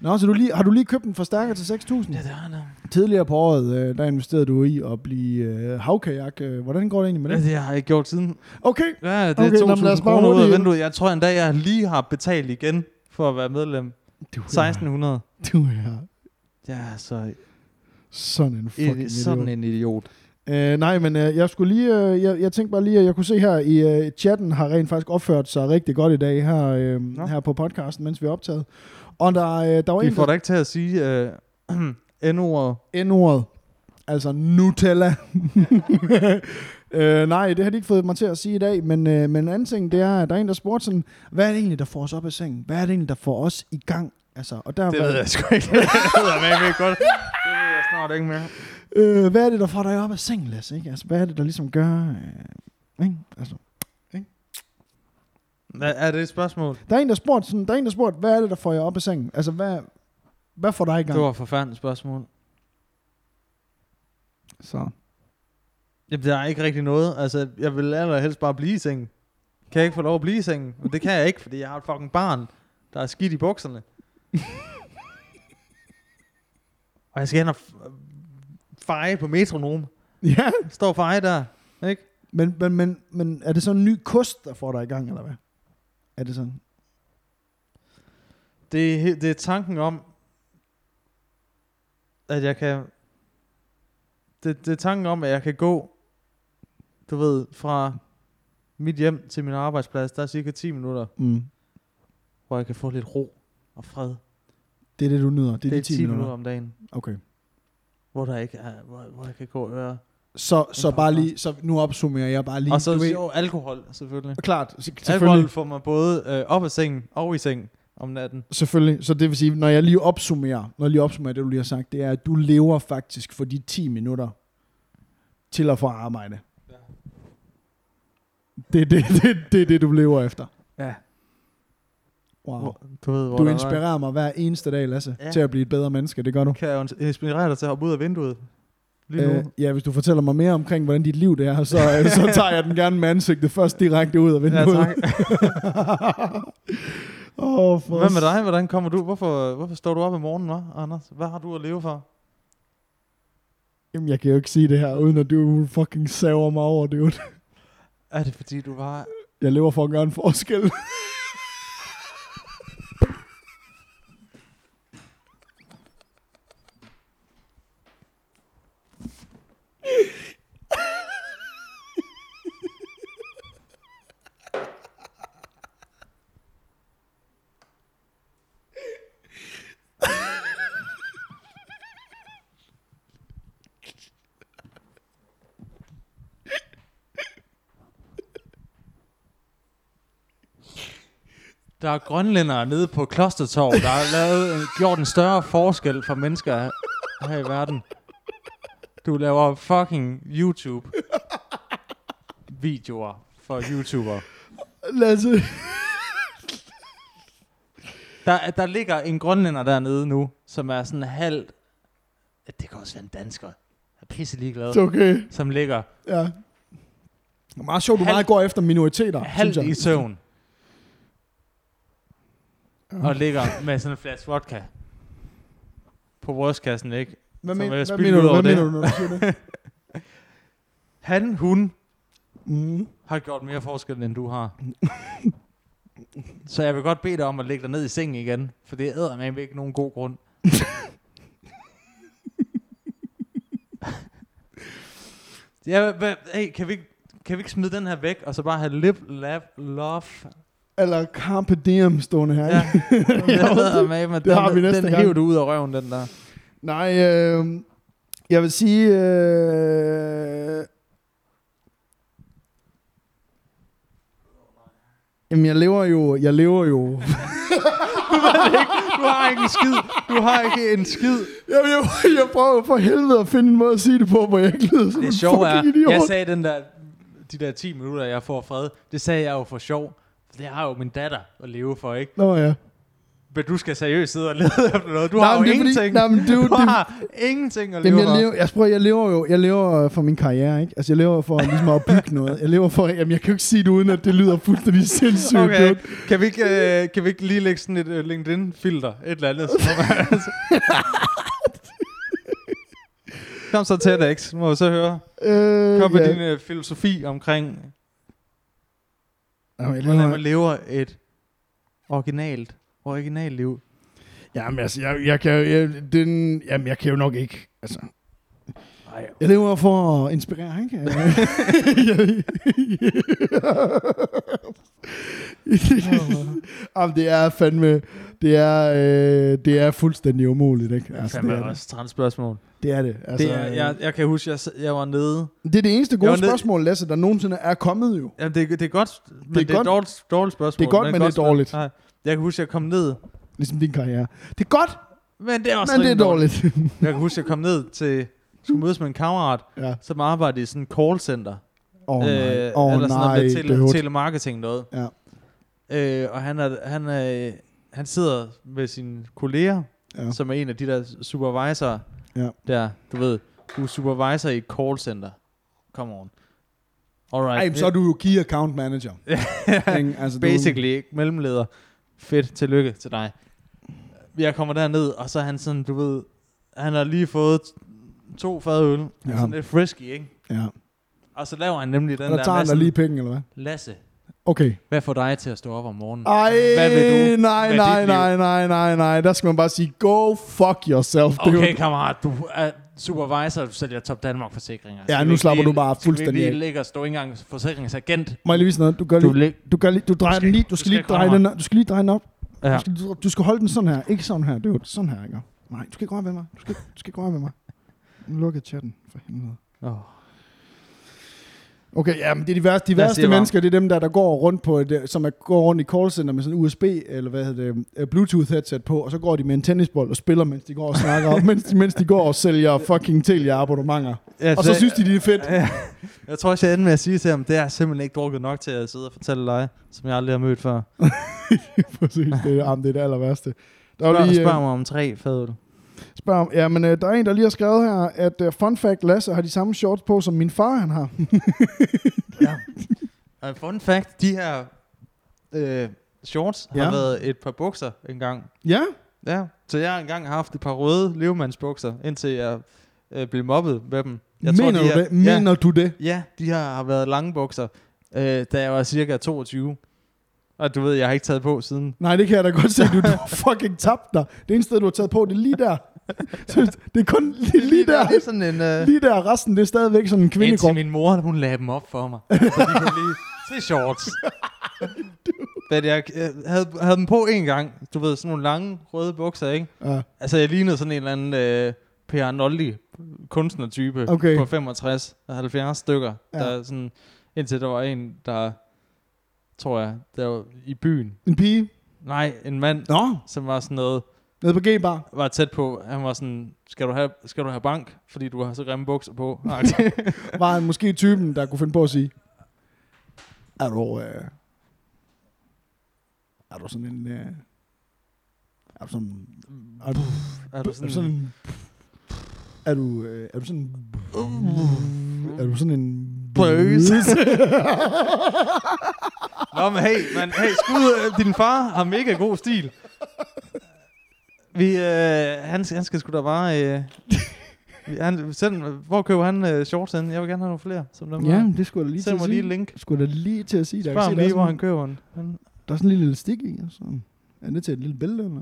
Nå, så du lige, har du lige købt en forstærker til 6.000?
Ja, det har jeg.
Tidligere på året, øh, der investerede du i at blive øh, havkajak. Øh, Hvordan går det egentlig med
Ja,
det?
det har jeg ikke gjort siden.
Okay,
Ja, det
Okay, nå, men
er
lad
2.000
os bare
kroner ud af
hurtigt-
vinduet. Jeg tror endda, jeg lige har betalt igen for at være medlem.
du er,
1600.
du er
Ja, så
sådan en fucking
et,
idiot.
altså sådan en idiot.
Øh, nej, men øh, jeg skulle lige, øh, jeg, jeg tænkte bare lige, at jeg kunne se her i øh, chatten har rent faktisk opført sig rigtig godt i dag her, øh,
Nå.
her på podcasten, mens vi er optaget. Og der, øh, der var
De
en,
får
der
dig ikke til at sige øh, *clears throat* N-ordet.
N-ordet, altså Nutella. *laughs* øh, nej, det har de ikke fået mig til at sige i dag, men, øh, men en anden ting, det er, at der er en, der spurgte sådan, hvad er det egentlig, der får os op af sengen? Hvad er det egentlig, der får os i gang? Altså, og der,
Det ved jeg sgu ikke. det ved jeg med, godt. Det ved jeg snart ikke mere.
Øh, hvad er det, der får dig op af sengen, Lasse? Ikke? Altså, hvad er det, der ligesom gør... Øh, ikke? Altså,
Er, er det et spørgsmål?
Der er en, der spurgte, sådan, der er en, der spurgte, hvad er det, der får jer op af sengen? Altså, hvad, hvad får dig i gang?
Det var et forfærdeligt spørgsmål.
Så.
Jamen, der er ikke rigtig noget. Altså, jeg vil allerhelst bare blive i sengen. Kan jeg ikke få lov at blive i sengen? Men det kan jeg ikke, fordi jeg har et fucking barn, der er skidt i bukserne. og jeg skal hen og f- feje på metronom.
*laughs* Ja,
Står og feje der, ikke?
men, men, men, men er det sådan en ny kost, der får dig i gang, eller hvad? Er det sådan?
Det er, he- det er tanken om, at jeg kan... Det, det er tanken om, at jeg kan gå, du ved, fra mit hjem til min arbejdsplads, der er cirka 10 minutter,
Mm.
hvor jeg kan få lidt ro og fred.
Det er det, du nyder. Det er,
Det er
de 10 minutter.
om dagen,
Okay.
hvor der ikke er, hvor, hvor jeg kan gå og høre.
Så, så
podcast.
bare lige, så nu opsummerer jeg bare lige.
og så
du
jo, alkohol, selvfølgelig.
klart, s- selvfølgelig,
Alkohol får mig både øh, op af sengen og i sengen om natten.
selvfølgelig. Så det vil sige, når jeg lige opsummerer, når jeg lige opsummerer det, du lige har sagt, det er, at du lever faktisk for de 10 minutter til at få arbejde.
Ja.
Det *laughs* er det, det, det, er det, du lever efter.
Ja.
Wow.
Hvor, du ved, hvor
Du
der
inspirerer mig hver eneste dag, Lasse, ja.
Ja.
til at blive et bedre menneske. Det gør du.
Var, kan jeg jo inspirere dig til at hoppe ud af vinduet lige nu?
Øh, ja, hvis du fortæller mig mere omkring, hvordan dit liv det er, så, øh, så tager jeg den gerne med ansigtet først direkte ud af
ja,
vinduet.
tak.
*laughs* oh, for
Hvad med dig? Hvordan kommer du? Hvorfor, hvorfor står du op om morgenen, hva? Anders? Hvad har du at leve for?
Jamen, jeg kan jo ikke sige det her, uden at du fucking saver mig over, dude.
Er det fordi, du var...
Jeg lever for at gøre en forskel. *laughs*
Der er grønlændere nede på Klostertorv, der har lavet, en- gjort en større forskel for mennesker her i verden. Du laver fucking YouTube-videoer for YouTubere.
Lasse,
Der, der ligger en grønlænder dernede nu, som er sådan halv... Det kan også være en dansker. Jeg er pisse ligeglad.
det er okay.
Som ligger
Ja. Det er meget sjovt, du
Halv-
meget går efter minoriteter, synes
halvt
jeg.
i søvn. Og ligger med sådan en flaske vodka. På brystkassen, ikke?
Hvad,
Så
men,
må jeg
hvad
spille
mener
ud
du,
over
hvad
det.
mener du, når du
*laughs*
siger det?
Han, hun
Mm.
har gjort mere forskel, end du
*laughs*
har. Så jeg vil godt bede dig om at lægge dig ned i sengen igen, for det æder med ikke nogen god
*laughs*
grund. ja, hvad, hey, kan vi, ikke- kan vi ikke smide den her væk, og så bare have lip, lap, love?
Eller Carpe Diem stående her.
Ja,
*laughs* Ja.
jeg ved, med, men
det
den,
har vi næste
den
gang.
hiver du ud af røven, den der.
Nej, øh, jeg vil sige... Øh, jamen, jeg lever jo... Jeg lever jo...
Du har ikke en skid. Du har ikke en skid.
jamen, jeg, *laughs* jeg prøver for helvede at finde en måde at sige det på, hvor jeg ikke lyder som
Det
en
sjove er,
fucking idiot.
jeg sagde den der, de der 10 minutter, jeg får fred, det sagde jeg jo for sjov. For Det har jo min datter at leve for, ikke?
Nå ja.
Men du skal seriøst sidde og lede *laughs* efter noget. Du
Nej,
har jo
men det er fordi-
ingenting.
nej, men det er jo-
du *laughs*
det-
har ingenting at leve
Jamen, jeg,
for.
lever, jeg, prøver, jeg lever jo jeg lever øh, for min karriere, ikke? Altså, jeg lever for ligesom at
*laughs*
bygge noget. Jeg lever for... Jamen, jeg kan jo ikke sige det, uden at det lyder fuldstændig sindssygt.
Okay,
Okay.
kan vi, ikke, øh, kan vi ikke lige lægge sådan et øh, LinkedIn-filter? Et eller andet. som-
*laughs*
Kom så TEDx, må vi så høre.
Øh,
Kom med
ja.
din øh, filosofi omkring,
Jamen, jeg
hvordan
lever,
man lever et originalt, originalt liv.
jamen, altså, jeg, jeg, kan, jo- jeg, den, jamen, jeg kan jo nok ikke... Altså,
Ej,
Jeg lever for at inspirere,
*laughs*
ikke? *laughs* Jamen, det er fandme... Det er, øh, det er fuldstændig umuligt, ikke?
altså,
det, er det.
også træls spørgsmål.
det er det. Altså, øh,
Altså, det er, jeg, jeg kan huske, jeg, s- jeg var nede.
det er det eneste
Jeg
gode
var ned-
spørgsmål, Lasse, der nogensinde er kommet jo.
Jamen, det, det er godt, men
er
det er, det er
godt.
dårligt, dårligt spørgsmål.
Det er godt, men det er
svært.
dårligt.
Nej, jeg kan huske, jeg kom ned.
Ligesom din karriere. Det er godt,
Men det er også
men det
rigtig
er dårligt. *laughs*
Jeg kan huske, jeg kom ned til, skulle mødes med en kammerat,
ja.
som arbejdede i sådan et callcenter. Øh,
Åh oh, nej,
eller
åh oh,
sådan
nej,
noget med
det er
tele-
hårdt.
telemarketing noget.
Ja.
Øh, og han, er, han, er, han sidder med sine kolleger,
Ja.
ja. som er en af de der supervisorer
Ja.
der. Du ved, du er supervisor i et callcenter. Come on. Alright.
Ej, men så er du jo key account manager.
*laughs*
Ikke? altså, du-
Basically, ikke? Mellemleder. Fedt, tillykke til dig. Jeg kommer derned, og så er han sådan, du ved, han har lige fået to fadøl. Ja.
Ja.
Sådan lidt frisky, ikke?
Ja.
Og så laver han nemlig den
Og der
der
tager han da
Madsen,
lige penge, eller hvad?
Lasse,
Okay.
hvad får dig til at stå op om morgenen?
Ej,
Hvad vil du?
nej,
Hvad er
nej,
dit liv?
nej, nej, nej, nej. Der skal man bare sige, go fuck yourself. Det er jo-
Okay, kammerat, du er supervisor, du sælger Top Danmark forsikringer.
Ja,
Skal vi
nu
ikke
slapper
lige-
du bare
Skal vi
fuldstændig
ikke
af?
lige ligge og stå ikke engang forsikringsagent?
Må jeg lige vise noget? Du, gør
Du
lige,
læg-
du, gør lige, du drejer
skal
den lige,
ikke-
du
du
skal
skal
lige
ikke
dreje
røre
den, op. du skal lige dreje den op.
Ja.
Du, skal, du, du skal holde den sådan her, ikke sådan her. Det er jo sådan her, ikke? Nej, du skal ikke røre ved mig. Du skal, du skal ikke røre ved mig. Nu lukker jeg chatten, for helvede.
Oh.
Okay, ja, men det er de værste, de
Lad os
værste
sige, hvad-
mennesker, det er dem der, der går rundt på et, øh, som er, går rundt i callcenter med sådan en USB, eller hvad hedder det, øh, Bluetooth headset på, og så går de med en tennisbold og spiller, mens de går og snakker,
*laughs*
og mens, mens de går og sælger fucking Telia abonnementer.
Ja,
Og så synes de, det er
*laughs*
fedt. *laughs*
Ja. Jeg tror også, jeg ender med at sige til ham, det har jeg simpelthen ikke drukket nok til at sidde og fortælle dig, som jeg aldrig har mødt før.
Præcis, det er, jamen, det er det aller værste. Der er jo
Spørg,
lige,
lige,
øh,
spørg mig om tre fadøl.
spørg om, ja, men øh, der er en, der lige har skrevet her, at øh, fun fact, Lasse har de samme shorts på, som min far han har.
Ja. Og fun fact, de her øh, shorts ja.
Ja.
har været et par bukser engang.
ja,
Ja, så jeg har engang haft et par røde levemandsbukser, indtil jeg øh, blev mobbet med dem. Jeg
mener
de
du
er,
det? Mener du det?
Ja, ja, de her har været lange bukser, øh, da jeg var cirka 22. Og du ved, jeg har ikke taget på siden.
Nej, det kan jeg da godt se. Du, du har fucking tabt dig. Det eneste sted, du har taget på, det er lige der. Så Det er kun lige, lige der.
Det er sådan en... Øh,
Lige der, resten det er stadigvæk sådan en
indtil
kvindekrop.
min mor, hun lagde dem op
*laughs*
for mig. så de kunne lige se shorts. Men jeg øh, havde, havde dem på en gang. Du ved, sådan nogle lange røde bukser, ikke?
Ja.
Altså, jeg lignede sådan en eller anden øh, Per Arnoldi kunstnertype
Okay.
på 65 og 70 stykker.
Ja.
Ja. Der sådan, indtil der var en, der, tror jeg, der var i byen.
En pige.
Nej, en mand,
Nå,
som var sådan noget,
nede på G-bar.
var tæt på. Han var sådan, skal du have, skal du have bank, fordi du har så grimme bukser
*laughs*
på? Nej,
Var han måske typen, der kunne finde på at sige, er du, øh, er du sådan en... Øh, er du sådan... Er du,
er du *laughs*
er du sådan
Altså sådan,
en... Er du, øh, er du sådan en... Er du sådan en...
Bøs. Nå, men hey, men hey, skud, øh, din far har mega god stil. Vi, øh, han, han skal sgu da bare... Øh, vi- han, send, hvor køber han øh, shorts henne? Jeg vil gerne have nogle flere, som dem
Ja, det skulle jeg da lige
lige
til
send
at
mig lige
sige.
et link.
Skulle jeg da lige til at sige. Der,
Spørg ham
der, er,
lige, hvor han
sådan,
køber den. Han,
der er sådan en lille elastik i. Og sådan. Er det til et lille bælte, eller?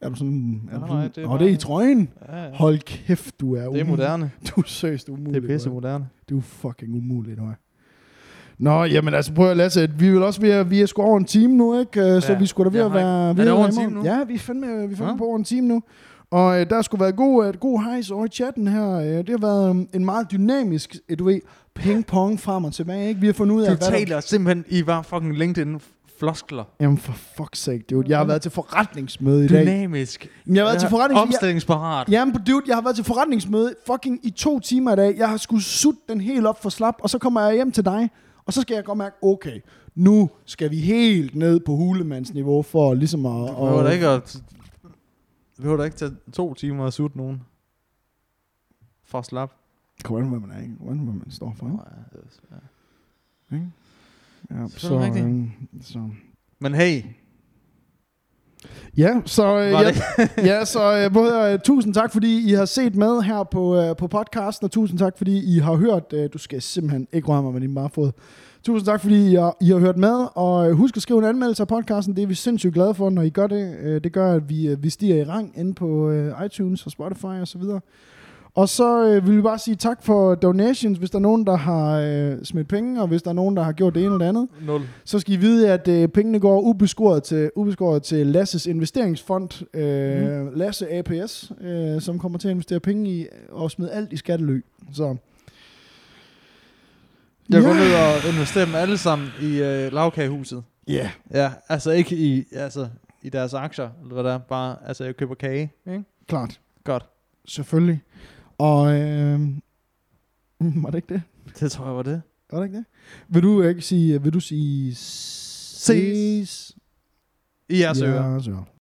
Er du sådan... Er
Nej,
du
nej,
sådan
det er
Nå, det er i
bare-
trøjen.
ja, ja.
Hold kæft, du er
Det er
umulig.
moderne.
*laughs* Du er seriøst umulig.
Det er pisse
du
moderne.
Du er fucking umulig, du er. Nå, jamen altså, prøv at Lasse, at vi er vel også ved at, vi er sgu over en time nu, ikke? Øh, Så
Ja.
vi skulle da ved
Jeg
at
har ikke-
være...
Er
ved
det
at
over
være
en
i
time
mål.
nu?
Ja, vi er fandme, vi er fandme
Nå.
på over en time nu. Og øh, der skulle været god, øh, god hejs over i chatten her. Øh, det har været øh, en meget dynamisk, øh, du ved, ping-pong frem og tilbage, ikke? Vi har fundet ud af,
Du
hvad der...
taler simpelthen, I var fucking LinkedIn-floskler.
Jamen for fuck's sake, dude. Jeg har været til forretningsmøde i dag.
Dynamisk.
Jamen, Jeg har været til forretningsmøde.
Omstillingsparat.
Jamen, dude, jeg har været til forretningsmøde fucking i to timer i dag. Jeg har skulle sutte den helt op for slap, og så kommer jeg hjem til dig. Og Og så skal jeg godt mærke, okay, nu skal vi helt ned på hulemandsniveau for ligesom at...
Du behøver da ikke at... Du behøver da ikke tage to timer at sutte nogen. For slap.
Kommer an på, hvad man er, ikke? Kommer an på, hvad man står for, ikke?
Ja.
Ikke? Ja,
Selvfølgelig rigtigt.
øhm, så.
Men hey,
Ja, så, øh,
Var
ja, ja, så øh, hvad hedder, øh, tusind tak, fordi I har set med her på, øh, på podcasten, og tusind tak, fordi I har hørt. Øh, du skal simpelthen ikke røre mig med din bare fod. Tusind tak, fordi I har, I har hørt med, og øh, husk at skrive en anmeldelse af podcasten. Det er vi sindssygt glade for, når I gør det. Øh, det gør, at vi, øh, vi stiger i rang inde på øh, iTunes og Spotify og så videre. Og så øh, vil vi bare sige tak for donations, hvis der er nogen, der har øh, smidt penge, og hvis der er nogen, der har gjort det ene eller det andet.
nul.
Så skal I vide, at øh, pengene går ubeskåret til, ubeskåret til Lasses investeringsfond, øh,
Mhm.
mm. Lasse APS, øh, som kommer til at investere penge i og smide alt i skattely. Så.
Jeg
ja.
går ned og investerer dem alle sammen i øh, lavkagehuset.
Ja,
Ja, altså ikke i, altså, i deres aktier, eller hvad der er, bare, altså jeg køber kage, ikke?
klart.
Godt.
Selvfølgelig. Og øh, *laughs* mm, var det ikke det?
Det tror jeg var det.
Var det ikke det? Vil du øh, ikke sige, vil du sige ses
I jeres ører.
Ja, så.